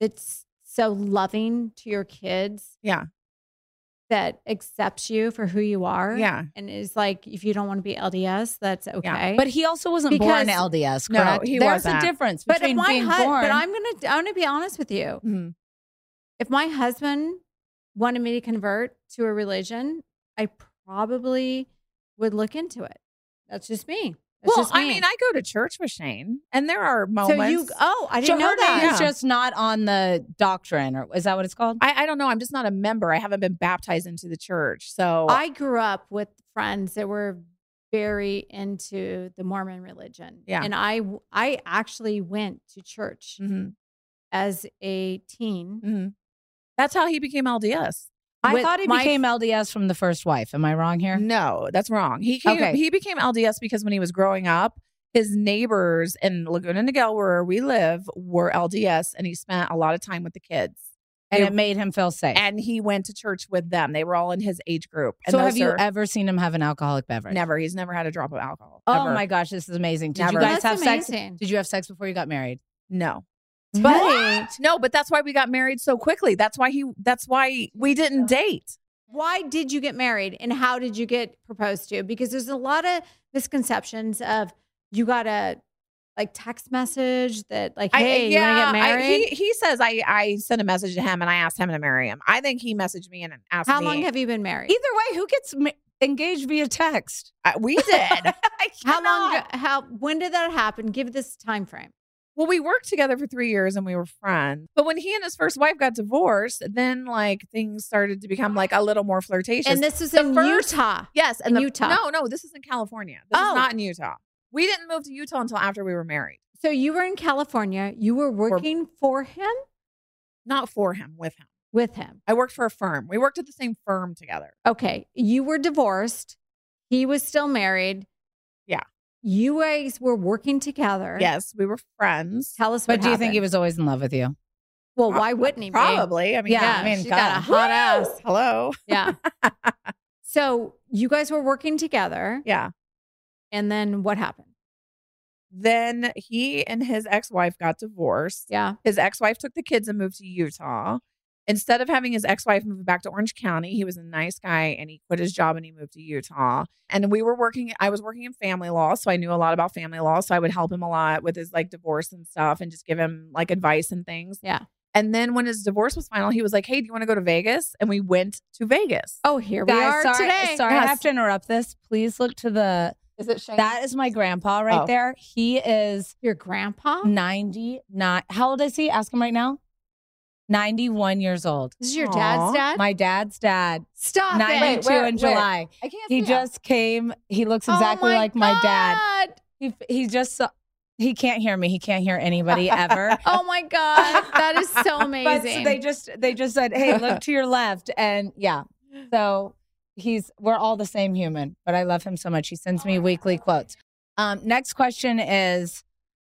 Speaker 3: that's so loving to your kids?
Speaker 5: Yeah.
Speaker 3: That accepts you for who you are.
Speaker 5: yeah.
Speaker 3: And is like, if you don't want to be LDS, that's okay.
Speaker 1: But he also wasn't
Speaker 3: Because-
Speaker 1: born LDS,
Speaker 5: No,
Speaker 1: correct?
Speaker 5: he
Speaker 1: There's
Speaker 5: wasn't.
Speaker 1: a difference
Speaker 3: but if
Speaker 1: between
Speaker 3: my
Speaker 1: being
Speaker 3: hus-
Speaker 1: born.
Speaker 3: but I'm gonna I'm gonna be honest with you.
Speaker 5: Mhm.
Speaker 3: If my husband wanted me to convert to a religion, I probably would look into it. That's just me. That's
Speaker 5: Well,
Speaker 3: just
Speaker 5: I
Speaker 3: me.
Speaker 5: mean, I go to church with Shane, and there are moments.
Speaker 3: so you oh I
Speaker 1: so
Speaker 3: didn't know
Speaker 1: her
Speaker 3: that.
Speaker 1: name is
Speaker 5: Yeah.
Speaker 1: just not on the doctrine, or is that what it's called?
Speaker 5: I, I don't know. I'm just not a member. I haven't been baptized into the church. So
Speaker 3: Oh, I grew up with friends that were very into the Mormon religion.
Speaker 5: Yeah.
Speaker 3: And I I actually went to church
Speaker 5: Mhm,
Speaker 3: as a teen.
Speaker 5: mhm. that's how he became LDS.
Speaker 1: I
Speaker 3: with
Speaker 1: thought he
Speaker 3: my-
Speaker 1: became LDS from the first wife. Am I wrong here?
Speaker 5: No, that's wrong. He came,
Speaker 1: Okay.
Speaker 5: he became LDS because when he was growing up, his neighbors in Laguna Niguel, where we live, were LDS, and he spent a lot of time with the kids.
Speaker 1: And
Speaker 5: They-
Speaker 1: it made him feel safe.
Speaker 5: And he went to church with them. They were all in his age group. And
Speaker 1: so
Speaker 5: those
Speaker 1: have you
Speaker 5: are-
Speaker 1: ever seen him have an alcoholic beverage?
Speaker 5: Never. He's never had a drop of alcohol.
Speaker 1: Oh
Speaker 5: Ever.
Speaker 1: my gosh, this is amazing. Did
Speaker 5: Never.
Speaker 1: you guys have
Speaker 3: That's
Speaker 1: sex?
Speaker 3: amazing.
Speaker 1: Did you have sex before you got married?
Speaker 5: No.
Speaker 3: But
Speaker 5: No, but that's why we got married so quickly. That's why he. That's why we didn't date.
Speaker 3: why did you get married and how did you get proposed to? Because there's a lot of misconceptions of you got a like text message that like, hey, you want to get
Speaker 5: I-
Speaker 3: married?
Speaker 5: he, he says I, I sent a message to him and I asked him to marry him. I think he messaged me and asked
Speaker 3: how
Speaker 5: me.
Speaker 3: long have you been married?
Speaker 1: Either way, who gets ma- engaged via text?
Speaker 5: Uh, we did.
Speaker 3: how long? How when did that happen? Give this time frame.
Speaker 5: well, we worked together for three years and we were friends. But when he and his first wife got divorced, then like things started to become like a little more flirtatious.
Speaker 3: And this was
Speaker 5: the
Speaker 3: in
Speaker 5: first-
Speaker 3: Utah.
Speaker 5: yes, and
Speaker 3: in
Speaker 5: the-
Speaker 3: Utah.
Speaker 5: No, no, this is in California. This
Speaker 3: Oh.
Speaker 5: is not in Utah. We didn't move to Utah until after we were married.
Speaker 3: So you were in California. You were working for him,
Speaker 5: Not for him, with him.
Speaker 3: with him.
Speaker 5: I worked for a firm. We worked at the same firm together.
Speaker 3: Okay. You were divorced. He was still married.
Speaker 5: Yeah.
Speaker 3: You guys were working together.
Speaker 5: Yes, we were friends.
Speaker 3: Tell us what
Speaker 1: But do you think he
Speaker 3: happened.
Speaker 1: was always in love with you?
Speaker 3: Well, why wouldn't he be?
Speaker 5: Probably. I mean,
Speaker 1: Yeah,
Speaker 3: Yeah,
Speaker 1: I mean,
Speaker 3: she's got a
Speaker 1: God.
Speaker 3: hot ass.
Speaker 5: hello.
Speaker 3: Yeah. so you guys were working together,
Speaker 5: Yeah.
Speaker 3: and then what happened?
Speaker 5: Then he and his ex wife got divorced.
Speaker 3: Yeah.
Speaker 5: His ex wife took the kids and moved to Utah. Instead of having his ex wife move back to Orange County, he was a nice guy and he quit his job and he moved to Utah. And we were working, I was working in family law. So I knew a lot about family law. So I would help him a lot with his like divorce and stuff and just give him like advice and things.
Speaker 3: Yeah.
Speaker 5: And then when his divorce was final, he was like, hey, do you want to go to Vegas? And we went to Vegas.
Speaker 3: Oh, here we
Speaker 1: Guys,
Speaker 3: are
Speaker 1: sorry,
Speaker 3: today.
Speaker 1: sorry I
Speaker 5: Yes.
Speaker 1: have to interrupt this. Please look to the.
Speaker 5: Is it Shane?
Speaker 1: That is my grandpa right
Speaker 5: Oh.
Speaker 1: there. He is
Speaker 3: Your grandpa?
Speaker 1: 99. How old is he? Ask him right now. 91 years old.
Speaker 3: This is your
Speaker 5: Aw.
Speaker 3: dad's dad?
Speaker 1: My dad's dad,
Speaker 3: Stop it.
Speaker 1: 92 in July.
Speaker 5: I can't
Speaker 1: He just came. He looks
Speaker 3: Oh
Speaker 1: exactly like my dad. He, he just, saw- he can't hear me. He can't hear anybody ever.
Speaker 3: Oh my God. That is so
Speaker 1: But so
Speaker 3: amazing.
Speaker 1: they just they just said, "Hey, look to your left," and yeah. So he's we're all the same human, but I love him so much. He sends me weekly quotes. Um, next question is,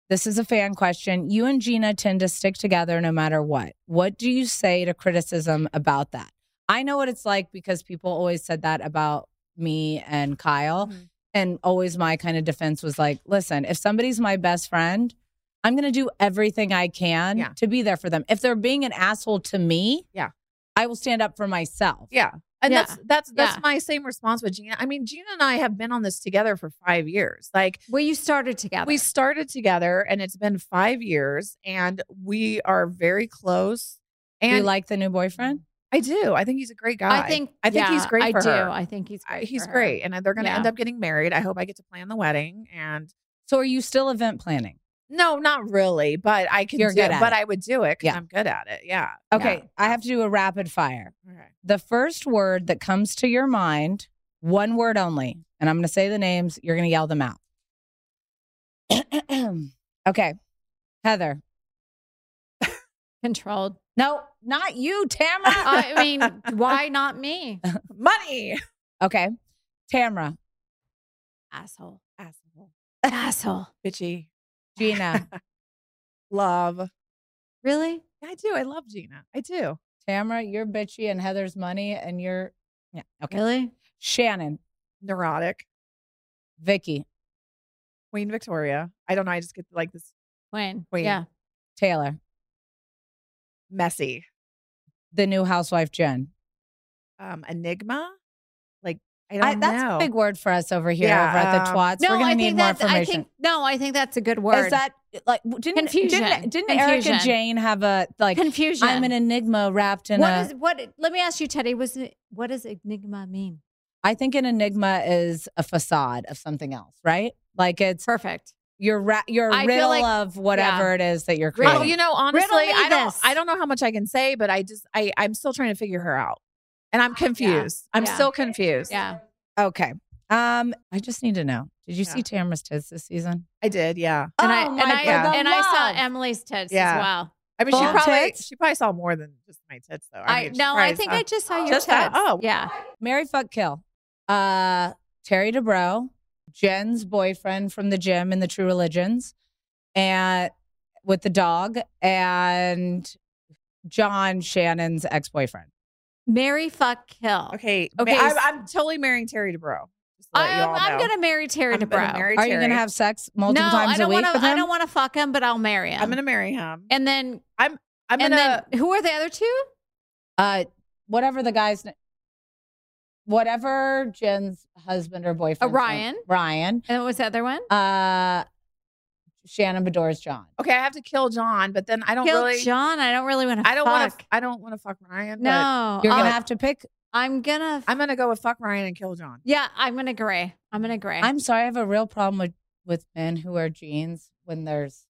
Speaker 1: this is a fan question. You and Gina tend to stick together no matter what. What do you say to criticism about that? I know what it's like because people always said that about me and Kyle.
Speaker 3: Mhm.
Speaker 1: And always my kind of defense was like, listen, if somebody's my best friend, I'm going to do everything I can
Speaker 5: Yeah.
Speaker 1: to be there for them. If they're being an asshole to me,
Speaker 5: Yeah.
Speaker 1: I will stand up for myself.
Speaker 5: Yeah. And
Speaker 3: Yeah.
Speaker 5: that's that's that's
Speaker 3: Yeah.
Speaker 5: my same response with Gina. I mean, Gina and I have been on this together for five years. Like
Speaker 3: well, you started together.
Speaker 5: we started together and it's been five years and we are very close.
Speaker 1: Do
Speaker 5: And
Speaker 1: you like the new boyfriend?
Speaker 5: I do. I think he's a great guy.
Speaker 3: I think
Speaker 5: I think he's
Speaker 3: yeah,
Speaker 5: great
Speaker 3: I
Speaker 5: for
Speaker 3: do.
Speaker 5: her.
Speaker 3: I think he's
Speaker 5: I-
Speaker 3: great.
Speaker 5: he's
Speaker 3: for her.
Speaker 5: great. And they're gonna
Speaker 3: Yeah.
Speaker 5: end up getting married. I hope I get to plan the wedding and
Speaker 1: So are you still event planning?
Speaker 5: no, not really, but I can
Speaker 1: You're
Speaker 5: do
Speaker 1: good at
Speaker 5: but
Speaker 1: it.
Speaker 5: I would do it because
Speaker 1: Yeah.
Speaker 5: I'm good at it. Yeah.
Speaker 1: Okay, I have to do a rapid fire.
Speaker 5: Okay.
Speaker 1: The first word that comes to your mind, one word only, and I'm going to say the names. You're going to yell them out. okay, Heather.
Speaker 3: Controlled.
Speaker 1: No, not you, Tamara.
Speaker 3: I mean, why not me?
Speaker 5: Money.
Speaker 1: okay, Tamara,
Speaker 3: Asshole.
Speaker 5: Asshole.
Speaker 3: Asshole.
Speaker 5: Bitchy.
Speaker 1: Gina,
Speaker 5: Love.
Speaker 3: Really?
Speaker 5: I do. I love Gina. I do.
Speaker 1: Tamara. You're bitchy, and Heather's money, and you're yeah. Okay,
Speaker 3: Really?
Speaker 1: Shannon,
Speaker 5: Neurotic.
Speaker 1: Vicky,
Speaker 5: Queen Victoria. I don't know. I just get like this
Speaker 3: When?
Speaker 5: Wait.
Speaker 3: Yeah.
Speaker 1: Taylor,
Speaker 5: messy
Speaker 1: the new housewife, Jen.
Speaker 5: um enigma. Like I don't
Speaker 1: I, that's
Speaker 5: know.
Speaker 1: a big word for us over here,
Speaker 5: Yeah,
Speaker 1: over at the
Speaker 5: um,
Speaker 1: Twats. We're
Speaker 3: no,
Speaker 1: going
Speaker 3: I
Speaker 1: to need
Speaker 3: think
Speaker 1: more
Speaker 3: that's.
Speaker 1: information.
Speaker 3: I think no, I think that's a good word.
Speaker 1: Is that like w- didn't
Speaker 3: Confusion.
Speaker 1: didn't, didn't
Speaker 3: Confusion.
Speaker 1: Erica Jane have a like?
Speaker 3: confusion?
Speaker 1: I'm an enigma wrapped in a.
Speaker 3: What is what? Let me ask you, Teddy. Was it, what does enigma mean?
Speaker 1: I think an enigma is a facade of something else, right? Like it's
Speaker 3: Perfect.
Speaker 1: your ra- your
Speaker 3: I feel
Speaker 1: riddle
Speaker 3: like-
Speaker 1: of whatever it is that you're
Speaker 3: Riddle.
Speaker 1: creating.
Speaker 5: Oh, you know, honestly,
Speaker 3: Riddle me
Speaker 5: I don't
Speaker 3: this.
Speaker 5: I don't know how much I can say, but I just I I'm still trying to figure her out. And I'm confused. I'm
Speaker 3: Yeah.
Speaker 5: still confused.
Speaker 3: Yeah.
Speaker 1: okay. Um, I just need to know. Did you
Speaker 5: Yeah.
Speaker 1: see Tamara's tits this season?
Speaker 5: I did, yeah.
Speaker 3: And
Speaker 1: oh
Speaker 3: I
Speaker 1: my
Speaker 3: and I
Speaker 5: God,
Speaker 1: the
Speaker 3: and I saw
Speaker 1: love.
Speaker 3: Emily's tits
Speaker 5: Yeah.
Speaker 3: as well.
Speaker 5: I mean, she
Speaker 1: Full
Speaker 5: probably
Speaker 1: tits?
Speaker 5: she probably saw more than just my tits though.
Speaker 3: I,
Speaker 5: mean, she
Speaker 3: no, I
Speaker 5: probably
Speaker 3: think
Speaker 5: saw-
Speaker 3: I just saw your
Speaker 5: Uh, Just
Speaker 3: tits.
Speaker 5: that? Oh.
Speaker 3: yeah.
Speaker 1: Mary fuck kill. Uh, Terry Dubrow, Jen's boyfriend from the gym in the True Religions, and with the dog and John Shannon's ex boyfriend.
Speaker 3: Marry, fuck, kill.
Speaker 5: Okay.
Speaker 3: Okay,
Speaker 5: Okay.
Speaker 3: s-
Speaker 5: I'm, I'm totally marrying Terry DeBro. Just to let you
Speaker 3: I'm,
Speaker 5: all
Speaker 3: I'm
Speaker 5: know.
Speaker 3: gonna marry Terry
Speaker 5: I'm gonna
Speaker 3: DeBrow.
Speaker 5: marry
Speaker 1: Are you going
Speaker 5: Terry.
Speaker 1: to have sex
Speaker 3: no,
Speaker 1: multiple
Speaker 3: I
Speaker 1: times a
Speaker 3: don't
Speaker 1: week
Speaker 3: want to.
Speaker 1: with him?
Speaker 3: I don't want to fuck him, but I'll marry him.
Speaker 5: I'm gonna marry him.
Speaker 3: and then
Speaker 5: I'm
Speaker 3: and
Speaker 5: gonna
Speaker 3: then who are the other two?
Speaker 1: uh, whatever the guy's name. Whatever Jen's husband or boyfriend,
Speaker 3: Uh, Ryan.
Speaker 1: Ryan,
Speaker 3: And what was the other one?
Speaker 1: uh, Shannon Bedore's John.
Speaker 5: okay, I have to kill John, but then I don't
Speaker 3: Kill
Speaker 5: really
Speaker 3: John. I don't really want to.
Speaker 5: I don't
Speaker 3: want
Speaker 5: want to I don't want to fuck Ryan. but
Speaker 3: No,
Speaker 1: You're gonna
Speaker 3: I'll-
Speaker 1: have to pick.
Speaker 3: I'm gonna.
Speaker 5: I'm gonna go with fuck Ryan and kill John.
Speaker 3: yeah, I'm gonna agree. I'm gonna agree.
Speaker 1: I'm sorry, I have a real problem with with men who wear jeans when there's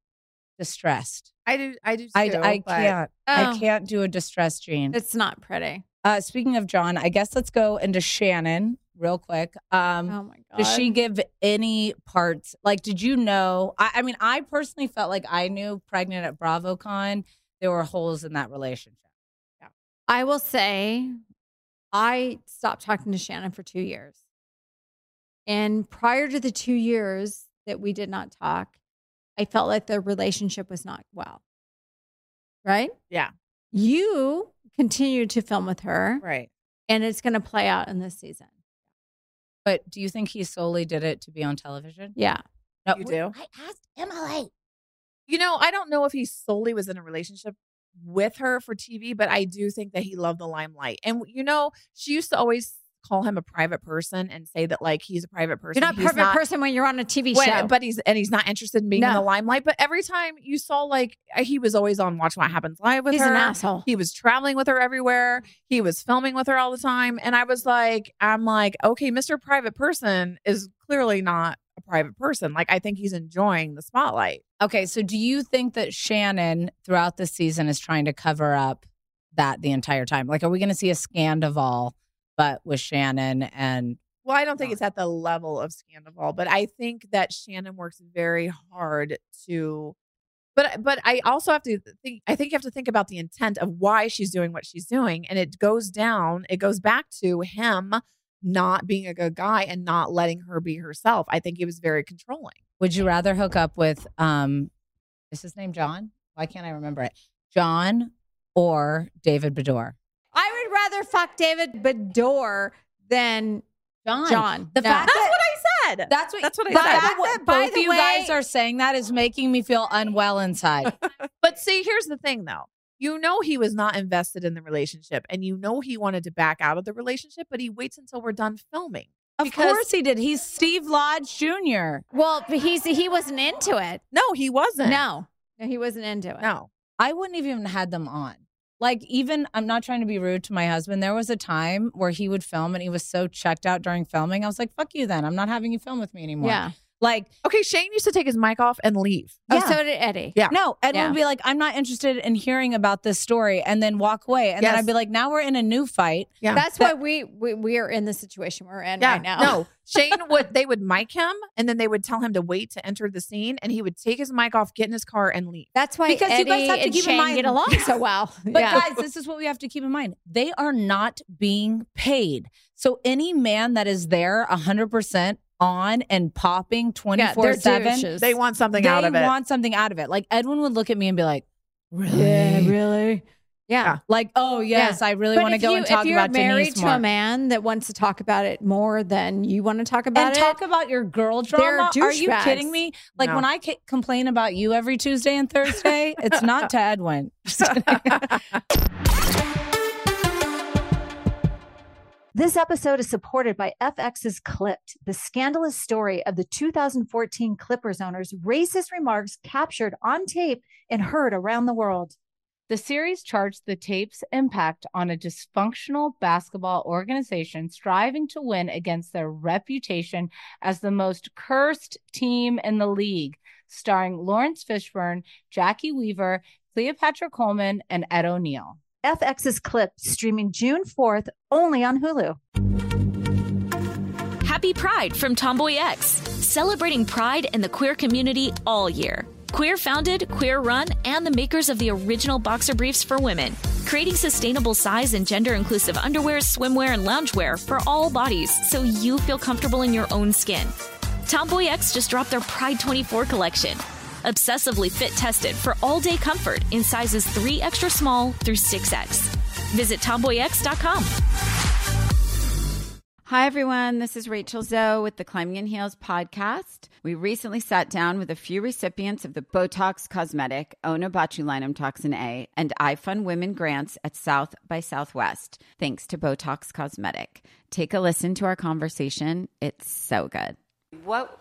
Speaker 1: distressed.
Speaker 5: I do. I do. Too,
Speaker 1: I, I
Speaker 5: but-
Speaker 1: can't. I
Speaker 3: Oh.
Speaker 1: can't do a distressed jean.
Speaker 3: It's not pretty.
Speaker 1: Uh, speaking of John, I guess let's go into Shannon real quick.
Speaker 5: Mm.
Speaker 1: Um,
Speaker 3: Oh my god.
Speaker 1: Does she give any parts? Like, did you know? I, I mean, I personally felt like I knew pregnant at BravoCon, there were holes in that relationship.
Speaker 3: I will say, I stopped talking to Shannon for two years. And prior to the two years that we did not talk, I felt like the relationship was not well. Right?
Speaker 5: Yeah.
Speaker 3: You continue to film with her,
Speaker 5: Right.
Speaker 3: and it's going to play out in this season.
Speaker 1: But do you think he solely did it to be on television?
Speaker 3: Yeah.
Speaker 1: No,
Speaker 5: You do?
Speaker 1: I asked Emily.
Speaker 5: You know, I don't know if he solely was in a relationship with her for TV, but I do think that he loved the limelight. And you know, she used to always call him a private person and say that like he's a private person.
Speaker 3: You're not a
Speaker 5: He's
Speaker 3: perfect person when you're on a TV
Speaker 5: when-
Speaker 3: show.
Speaker 5: but he's and he's not interested in being in
Speaker 3: No.
Speaker 5: the limelight. But every time you saw like he was always on Watch What Happens Live with
Speaker 3: he's
Speaker 5: her.
Speaker 3: an asshole.
Speaker 5: He was traveling with her everywhere. He was filming with her all the time. And I was like, I'm like, okay, Mr. Private Person is clearly not a private person. Like, I think he's enjoying the spotlight.
Speaker 1: Okay, so do you think that Shannon throughout the season is trying to cover up that the entire time? Like, are we going to see a Scandival, but with Shannon and
Speaker 5: Well, I don't think it's at the level of Scandival, but I think that Shannon works very hard to. But but I also have to think. I think you have to think about the intent of why she's doing what she's doing, and it goes down. It goes back to him not being a good guy and not letting her be herself. I think he was very controlling.
Speaker 1: would you rather hook up with um, is his name John? Why can't I remember it? John or David Bador?
Speaker 3: I would rather fuck David Bador than
Speaker 1: John.
Speaker 3: John.
Speaker 1: The
Speaker 3: No.
Speaker 1: fact that
Speaker 5: I said.
Speaker 1: that's what
Speaker 5: That's what I
Speaker 1: the
Speaker 5: said.
Speaker 1: fact
Speaker 3: By
Speaker 1: that
Speaker 3: the- by
Speaker 1: both
Speaker 3: the
Speaker 1: you guys
Speaker 3: way-
Speaker 1: are saying that is making me feel unwell inside.
Speaker 5: But see, here's the thing though. You know he was not invested in the relationship and you know he wanted to back out of the relationship, but he waits until we're done filming.
Speaker 1: Of
Speaker 5: Because-
Speaker 1: course he did. He's Steve Lodge Jr.
Speaker 3: Well, but he's he wasn't into it.
Speaker 5: No, he wasn't.
Speaker 3: No, no, he wasn't into it.
Speaker 5: No.
Speaker 1: I wouldn't have even had them on. Like, even I'm not trying to be rude to my husband. There was a time where he would film and he was so checked out during filming. I was like, fuck you then. I'm not having you film with me anymore.
Speaker 3: Yeah.
Speaker 1: Like,
Speaker 5: Okay, Shane used to take his mic off and leave.
Speaker 3: Oh,
Speaker 1: Yeah.
Speaker 3: so did Eddie.
Speaker 5: Yeah.
Speaker 1: no, Ed
Speaker 3: Yeah.
Speaker 1: would be like, I'm not interested in hearing about this story and then walk away. And then
Speaker 5: Yes.
Speaker 1: I'd be like, now we're in a new fight.
Speaker 5: Yeah.
Speaker 3: That's why we, we we are in the situation we're in right now.
Speaker 5: No. Shane would they would mic him and then they would tell him to wait to enter the scene and he would take his mic off, get in his car, and leave.
Speaker 3: That's why
Speaker 1: Because you
Speaker 3: Eddie
Speaker 1: guys have to
Speaker 3: and
Speaker 1: keep in
Speaker 3: Shane
Speaker 1: mind-
Speaker 3: get along so well.
Speaker 1: But
Speaker 3: yeah.
Speaker 1: guys, this is what we have to keep in mind. They are not being paid. So any man that is there 100% on and popping 24 7,
Speaker 5: They want something
Speaker 1: they
Speaker 5: out of it.
Speaker 1: want something out of it. Like Edwin would look at me and be like, really?
Speaker 3: really. Yeah.
Speaker 1: Like, oh yes, I really
Speaker 3: But
Speaker 1: want to
Speaker 3: if
Speaker 1: go
Speaker 3: you-
Speaker 1: and talk
Speaker 3: if you're
Speaker 1: about
Speaker 3: married
Speaker 1: Denise
Speaker 3: to
Speaker 1: more.
Speaker 3: a man that wants to talk about it more than you want to talk about
Speaker 1: and
Speaker 3: it,
Speaker 1: talk about your girl drama.
Speaker 3: They're
Speaker 1: Are you
Speaker 3: douchebags.
Speaker 1: kidding me? Like
Speaker 5: No.
Speaker 1: when I ca- complain about you every Tuesday and Thursday, it's not to Edwin. Just kidding.
Speaker 2: This episode is supported by FX's Clipped, the scandalous story of the 2014 Clippers owner's racist remarks captured on tape and heard around the world.
Speaker 1: The series charts the tape's impact on a dysfunctional basketball organization striving to win against their reputation as the most cursed team in the league, starring Lawrence Fishburne, Jackie Weaver, Cleopatra Coleman, and Ed O'Neill.
Speaker 2: FX's Clipped, streaming June 4th only on Hulu.
Speaker 6: Happy Pride from Tomboy X, celebrating pride in the queer community all year. Queer founded, queer run, and the makers of the original boxer briefs for women, creating sustainable size and gender inclusive underwear, swimwear, and loungewear for all bodies so you feel comfortable in your own skin. Tomboy X just dropped their Pride 24 collection, obsessively fit tested for all day comfort in sizes 3 extra small through 6X. Visit tomboyx.com.
Speaker 7: Hi, everyone. This is Rachel Zoe with the Climbing in Heels podcast. We recently sat down with a few recipients of the Botox Cosmetic, Onabotulinum Toxin A, and iFund Women grants at South by Southwest, thanks to Botox Cosmetic. Take a listen to our conversation. It's so good. What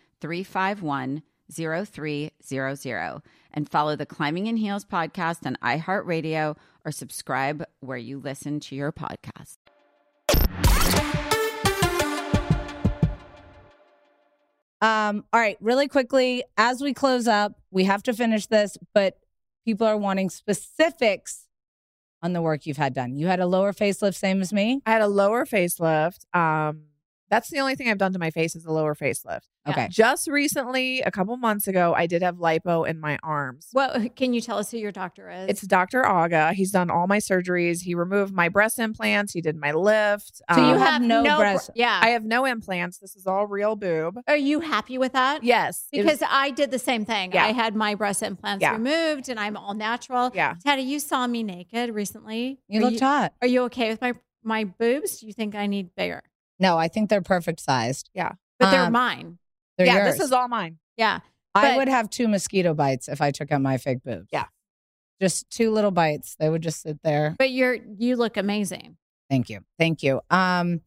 Speaker 7: 351 0300 and follow the Climbing in Heels podcast on iHeartRadio or subscribe where you listen to your podcast.
Speaker 1: Um, all right, really quickly, as we close up, we have to finish this, but people are wanting specifics on the work you've had done. You had a lower facelift, same as me.
Speaker 5: I had a lower facelift. Um, that's the only thing I've done to my face is a lower facelift.
Speaker 1: Okay.
Speaker 5: Just recently, a couple months ago, I did have lipo in my arms.
Speaker 3: What can you tell us who your doctor is?
Speaker 5: It's Dr. Aga. He's done all my surgeries. He removed my breast implants. He did my lift. Um,
Speaker 1: So
Speaker 3: um,
Speaker 1: you have no breast-
Speaker 3: br- Yeah.
Speaker 5: I have no implants. This is all real boob.
Speaker 3: Are you happy with that?
Speaker 5: Yes. it was-
Speaker 3: Because I did the same thing.
Speaker 5: Yeah.
Speaker 3: I had my breast implants
Speaker 5: Yeah.
Speaker 3: removed and I'm all natural.
Speaker 5: yeah.
Speaker 3: Teddy, you saw me naked recently.
Speaker 1: You
Speaker 3: are
Speaker 1: looked hot.
Speaker 3: Are you okay with my my boobs? Do you think I need bigger?
Speaker 1: No, I think they're perfect sized.
Speaker 3: But they're
Speaker 1: Um,
Speaker 3: mine.
Speaker 1: They're
Speaker 5: yeah,
Speaker 1: yours.
Speaker 5: this is all mine.
Speaker 3: Yeah.
Speaker 1: I
Speaker 3: but-
Speaker 1: would have two mosquito bites if I took out my fake boobs.
Speaker 5: Yeah.
Speaker 1: Just two little bites. They would just sit there.
Speaker 3: But you're you look amazing.
Speaker 1: Thank you. Thank you. Um,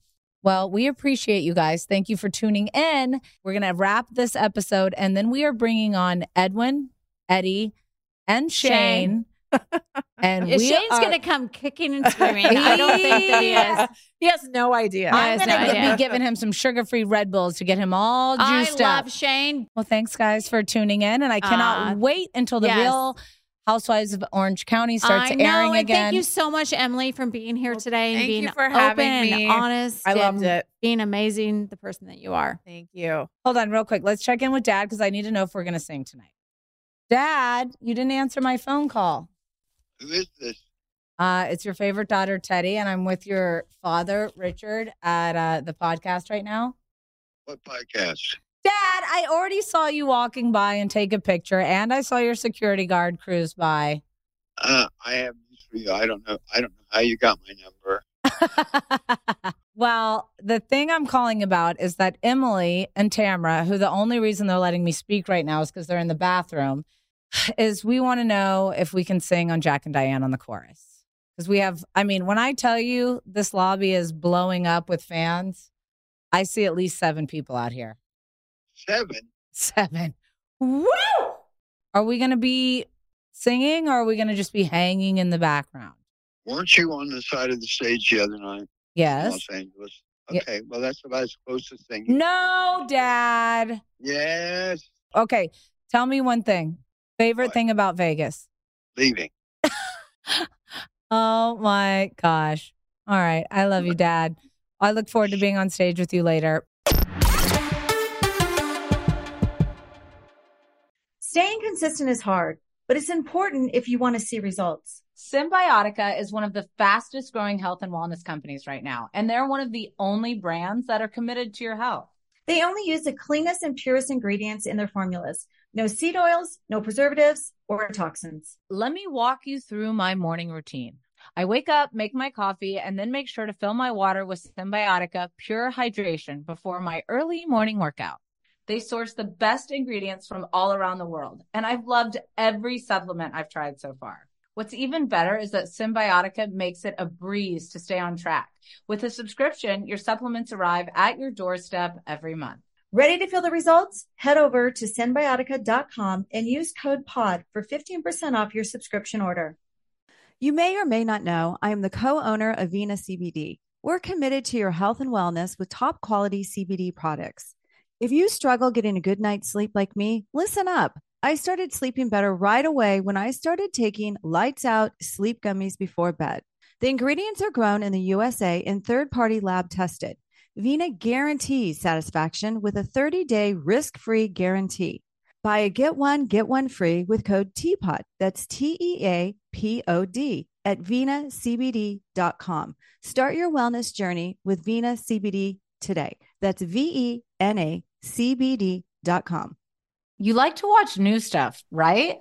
Speaker 1: well, we appreciate you guys. Thank you for tuning in. We're going to wrap this episode and then we are bringing on Edwin, Eddie, and Shane.
Speaker 3: Shane.
Speaker 1: and we
Speaker 3: Shane's
Speaker 1: are,
Speaker 3: gonna come kicking and screaming. I don't think that he is.
Speaker 5: He has no idea.
Speaker 3: Yeah,
Speaker 1: I'm
Speaker 3: it's
Speaker 1: going
Speaker 3: no
Speaker 1: to
Speaker 3: idea.
Speaker 1: be giving him some sugar-free Red Bulls to get him all
Speaker 3: I
Speaker 1: juiced up.
Speaker 3: love Shane.
Speaker 1: Well, thanks guys for tuning in and I cannot
Speaker 3: Uh,
Speaker 1: wait until the
Speaker 3: yes.
Speaker 1: real Housewives of Orange County starts
Speaker 3: I know,
Speaker 1: airing
Speaker 3: and
Speaker 1: again.
Speaker 3: Thank you so much, Emily, for being here today and
Speaker 5: thank
Speaker 3: being
Speaker 5: you for
Speaker 3: open
Speaker 5: having me.
Speaker 3: and honest.
Speaker 5: I loved
Speaker 3: and
Speaker 5: it.
Speaker 3: Being amazing, the person that you are.
Speaker 5: Thank you.
Speaker 1: Hold on, real quick. Let's check in with Dad because I need to know if we're going to sing tonight. Dad, you didn't answer my phone call.
Speaker 8: Who is this?
Speaker 1: Uh, it's your favorite daughter, Teddy, and I'm with your father, Richard, at uh, the podcast right now.
Speaker 8: What podcast?
Speaker 1: Dad, I already saw you walking by and take a picture, and I saw your security guard cruise by.
Speaker 8: Uh, I have news for you. I don't know. I don't know how you got my number.
Speaker 1: well, the thing I'm calling about is that Emily and Tamra, who the only reason they're letting me speak right now is because they're in the bathroom, is we want to know if we can sing on Jack and Diane on the chorus. Because we have, I mean, when I tell you this lobby is blowing up with fans, I see at least seven people out here.
Speaker 8: Seven.
Speaker 1: Seven. Woo! Are we going to be singing or are we going to just be hanging in the background?
Speaker 8: Weren't you on the side of the stage the other night in
Speaker 1: Yes.
Speaker 8: Los Angeles?
Speaker 1: Yeah.
Speaker 8: Okay. Well, that's about as close as thing.
Speaker 1: No, Dad.
Speaker 8: Yes.
Speaker 1: Okay, tell me one thing. Favorite
Speaker 8: What?
Speaker 1: thing about Vegas?
Speaker 8: Leaving.
Speaker 1: Oh my gosh. All right. I love you, Dad. I look forward to being on stage with you later.
Speaker 2: Staying consistent is hard, but it's important if you want to see results.
Speaker 1: Symbiotica is one of the fastest growing health and wellness companies right now, and they're one of the only brands that are committed to your health.
Speaker 2: They only use the cleanest and purest ingredients in their formulas. No seed oils, no preservatives, or toxins.
Speaker 1: Let me walk you through my morning routine. I wake up, make my coffee, and then make sure to fill my water with Symbiotica Pure Hydration before my early morning workout. They source the best ingredients from all around the world, and I've loved every supplement I've tried so far. What's even better is that Symbiotica makes it a breeze to stay on track. With a subscription, your supplements arrive at your doorstep every month.
Speaker 2: Ready to feel the results? Head over to symbiotica.com and use code POD for 15% off your subscription order. You may or may not know, I am the co owner of Vena CBD. We're committed to your health and wellness with top quality CBD products. If you struggle getting a good night's sleep like me, listen up. I started sleeping better right away when I started taking lights out sleep gummies before bed. The ingredients are grown in the USA and third party lab tested. Vena guarantees satisfaction with a 30 day risk free guarantee. Buy a get one, get one free with code TEAPOD. That's T E A P O D at venacbd.com. Start your wellness journey with Vena CBD today. That's V E N A C B D.com.
Speaker 1: You like to watch new stuff, right?